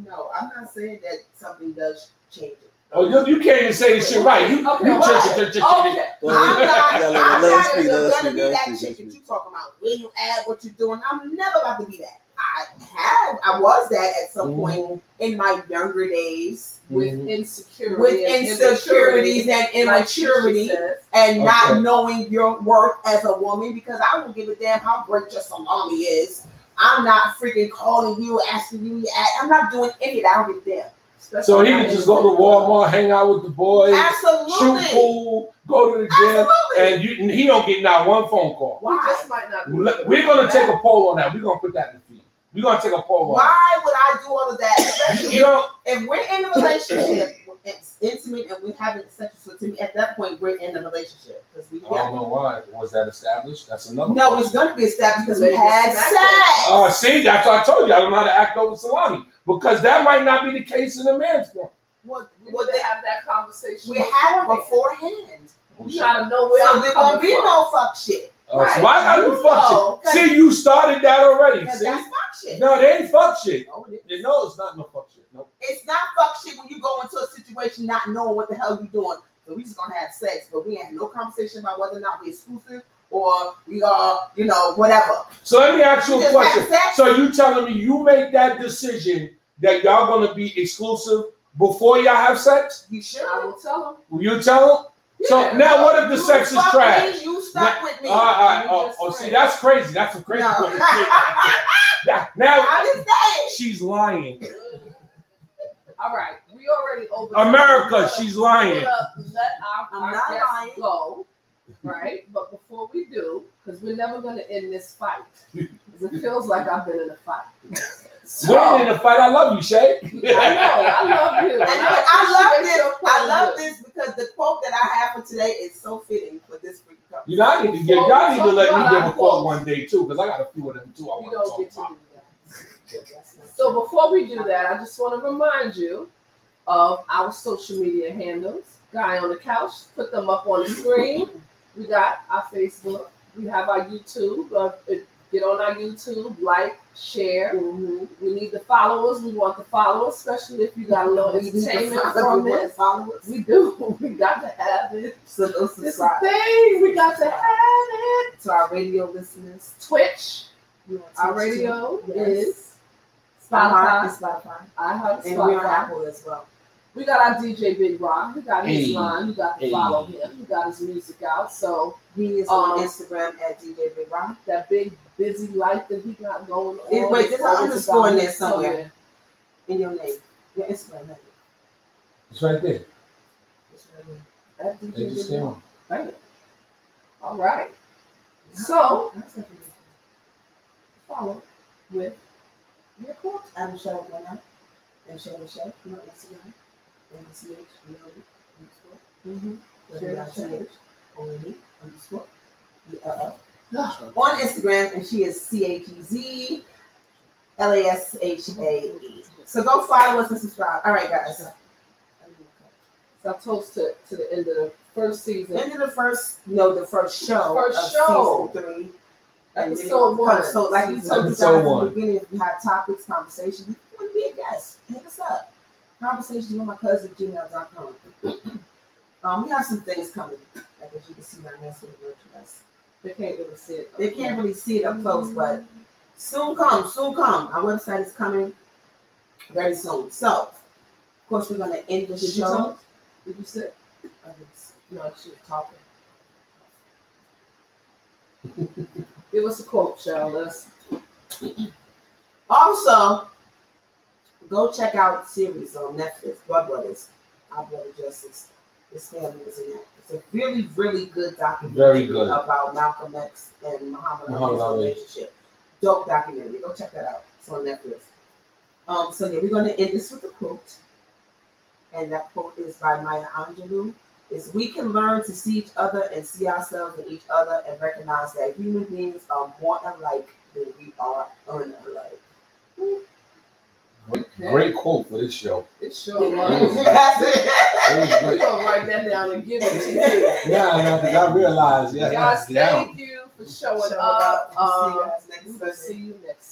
Speaker 2: No, I'm not saying that something does change it.
Speaker 4: Oh, you, you can't even say this shit right. You,
Speaker 3: Okay,
Speaker 4: you
Speaker 3: right.
Speaker 4: just- just- just-
Speaker 3: Okay.
Speaker 5: Go
Speaker 2: I'm
Speaker 5: ahead.
Speaker 2: not,
Speaker 5: Yeah,
Speaker 2: I'm
Speaker 5: let- let
Speaker 2: not
Speaker 5: us speak, let
Speaker 2: even
Speaker 5: us
Speaker 2: gonna
Speaker 5: speak,
Speaker 2: be
Speaker 5: let us
Speaker 2: that
Speaker 5: speak, let
Speaker 2: chick
Speaker 5: us
Speaker 2: that you
Speaker 5: speak.
Speaker 2: talking about. When you add what you're doing, I'm never about to be that. I had, I was that at
Speaker 4: Mm-hmm.
Speaker 2: some point in my younger days
Speaker 3: With insecurity.
Speaker 2: with insecurities and immaturity and
Speaker 4: Okay.
Speaker 2: not knowing your worth as a woman because I don't give a damn how great your salami is. I'm not freaking calling you, asking you. I'm not doing any of that. I don't give a damn.
Speaker 4: So he can just go to Walmart, hang out with the boys,
Speaker 2: Absolutely.
Speaker 4: shoot pool, go to the gym,
Speaker 2: Absolutely.
Speaker 4: and, you, and he don't get not one phone call.
Speaker 3: We just might not. be
Speaker 4: Look,
Speaker 3: able
Speaker 4: We're
Speaker 3: do
Speaker 4: gonna
Speaker 3: that.
Speaker 4: take a poll on that. We're gonna put that in the feed. We're gonna take a poll on that.
Speaker 2: Why would I do all of that? Especially
Speaker 4: You don't,
Speaker 2: if we're in a relationship, it's intimate, and we're having sex, so to me, at that point, we're in a relationship because we
Speaker 4: I don't know why. Was that established? That's another.
Speaker 2: no,
Speaker 4: question.
Speaker 2: it's going to be established because we had sex.
Speaker 4: Uh, see, that's what I told you. I don't know how to act over salami because that might not be the case in a man's world.
Speaker 2: What,
Speaker 3: We
Speaker 2: what
Speaker 3: would
Speaker 2: they,
Speaker 3: have that conversation.
Speaker 2: we had them beforehand,
Speaker 4: Oh,
Speaker 3: You gotta know where
Speaker 2: so
Speaker 3: I'm
Speaker 2: there won't be
Speaker 3: coming from.
Speaker 2: no fuck shit.
Speaker 4: Uh, so why not
Speaker 2: You
Speaker 4: do fuck
Speaker 2: know,
Speaker 4: shit? See, you started that already.
Speaker 2: 'cause
Speaker 4: See,
Speaker 2: that's fuck shit.
Speaker 4: no, they ain't fuck shit.
Speaker 2: No, it-
Speaker 4: You know it's not no fuck shit. No.
Speaker 2: It's not fuck shit when you go into a situation not knowing what the hell you doing. So we just gonna have sex, but we ain't had no conversation about whether or not we exclusive or we are, you know, whatever.
Speaker 4: So let me ask you
Speaker 2: We
Speaker 4: a
Speaker 2: just
Speaker 4: question.
Speaker 2: had sex.
Speaker 4: So you telling me you make that decision that y'all gonna be exclusive before y'all have sex?
Speaker 2: You
Speaker 3: I
Speaker 2: sure?
Speaker 3: will tell
Speaker 4: Will you tell them? So
Speaker 3: Yeah.
Speaker 4: now what if the
Speaker 2: You
Speaker 4: sex is
Speaker 2: fuck
Speaker 4: trash?
Speaker 2: me, You stuck with me.
Speaker 4: All right,
Speaker 3: You
Speaker 4: all right.
Speaker 3: just
Speaker 4: Oh, oh, see,
Speaker 3: friends.
Speaker 4: that's crazy. That's a crazy
Speaker 2: No.
Speaker 4: one. Now- Now
Speaker 2: I didn't say it.
Speaker 4: she's lying.
Speaker 3: them. All right, we already over.
Speaker 4: America, she's
Speaker 3: Let
Speaker 4: lying.
Speaker 3: our,
Speaker 2: I'm
Speaker 3: our
Speaker 2: not
Speaker 3: guests
Speaker 2: lying.
Speaker 3: go, right? But before we do, because we're never gonna end this fight, 'cause it feels like I've been in a fight.
Speaker 4: Women in the fight, I love you, Shay.
Speaker 3: I know, I love you.
Speaker 2: And I, I love
Speaker 3: appreciate your
Speaker 2: this. I
Speaker 3: point
Speaker 2: love
Speaker 3: of view.
Speaker 2: this because the quote that I have for today is so fitting for this freaking cup.
Speaker 4: You know, I need to give y'all need to let me give a call one day too, because I got a few of them too. I
Speaker 3: We
Speaker 4: want
Speaker 3: don't
Speaker 4: to
Speaker 3: get
Speaker 4: talk
Speaker 3: to
Speaker 4: about.
Speaker 3: do that. So before we do that, I just want to remind you of our social media handles. Guy on the couch, put them up on the screen. We got our Facebook. We have our YouTube. Uh, it- get on our YouTube, like, share.
Speaker 2: Mm-hmm.
Speaker 3: We need the followers. We want the followers, especially if you got a little entertainment from this.
Speaker 2: Followers.
Speaker 3: We do. We got to have it.
Speaker 2: So those
Speaker 3: This is
Speaker 2: subscribe
Speaker 3: the thing. We got to have it.
Speaker 2: to our radio listeners.
Speaker 3: Twitch. Our radio
Speaker 2: Yes.
Speaker 3: is
Speaker 2: Spotify,
Speaker 3: Spotify,
Speaker 2: and Spotify,
Speaker 3: iHeart,
Speaker 2: and we're on
Speaker 3: Spotify.
Speaker 2: Apple as well.
Speaker 3: We got our DJ Big Rock. We got his
Speaker 4: Hey.
Speaker 3: line. You got to
Speaker 4: Hey.
Speaker 3: follow him. You got his music out. So
Speaker 2: He is on
Speaker 3: Um,
Speaker 2: Instagram at DJ Big Rock.
Speaker 3: that big busy life that he got going on.
Speaker 2: It- wait,
Speaker 3: is
Speaker 2: there's an
Speaker 3: always
Speaker 2: underscore
Speaker 3: about
Speaker 2: in there
Speaker 3: his
Speaker 2: somewhere.
Speaker 3: career.
Speaker 2: In your name, your Instagram name.
Speaker 4: It's right there.
Speaker 2: What's your name?
Speaker 3: That DJ
Speaker 4: They just
Speaker 3: Big
Speaker 4: came
Speaker 3: Rock.
Speaker 4: on.
Speaker 3: Right. All right. So
Speaker 2: That's not good.
Speaker 3: follow with your court.
Speaker 2: I'm Michelle Warner. I'm Michelle Michelle. Come on, Instagram. And this age, you know, underscore. Mm-hmm.
Speaker 3: Sure,
Speaker 2: Whether
Speaker 3: sure.
Speaker 2: it's Only underscore. Uh-oh. On Instagram, and she is C H E Z L A S H A E. So go follow us and subscribe. All right, guys.
Speaker 3: So toast to, to the end of the first season.
Speaker 2: End of the first, no, the first show.
Speaker 3: First
Speaker 2: of
Speaker 3: show.
Speaker 2: Season three.
Speaker 3: Episode
Speaker 2: And
Speaker 3: one.
Speaker 2: So, like you told us
Speaker 4: Episode
Speaker 2: at the
Speaker 4: one.
Speaker 2: beginning, if you have topics, conversations, you want to be a guest, hit us up. Conversations with my cousin, gmail.com. um, we have some things coming. Like, as you can see, my next one to us.
Speaker 3: They can't really see it.
Speaker 2: They can't really see it up close, but soon come, soon come. Our website is coming very soon. So, of course, we're going to end the
Speaker 3: Did you
Speaker 2: show.
Speaker 3: talk? Did you sit?
Speaker 2: No, she was talking.
Speaker 3: Give us a quote, child. Let's
Speaker 2: Also, go check out series on Netflix, Blood Brothers, Our Brother Justice. His family is in that. It's a really, really good documentary
Speaker 4: Very good.
Speaker 2: about Malcolm X and Muhammad
Speaker 4: Muhammad
Speaker 2: Ali's
Speaker 4: Ali.
Speaker 2: relationship. Dope documentary. Go check that out. It's on Netflix. Um, so yeah, we're gonna end this with a quote. And that quote is by Maya Angelou. Is we can learn to see each other and see ourselves in each other and recognize that human beings are more alike than we are unalike.
Speaker 4: Great quote for this show.
Speaker 3: it's sure
Speaker 4: was.
Speaker 3: was.
Speaker 2: That's
Speaker 4: It was
Speaker 3: We're
Speaker 4: great.
Speaker 3: gonna write that down and give it to you.
Speaker 4: Yeah, yeah, 'cause I realized. Yeah,
Speaker 3: Guys,
Speaker 4: yeah.
Speaker 3: thank you for showing
Speaker 2: Showing
Speaker 3: up.
Speaker 2: up.
Speaker 3: Um,
Speaker 2: See you guys next
Speaker 3: we will
Speaker 2: Sunday.
Speaker 3: see you next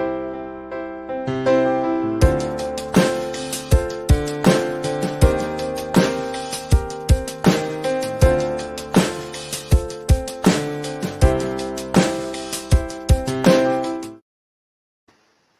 Speaker 3: Sunday.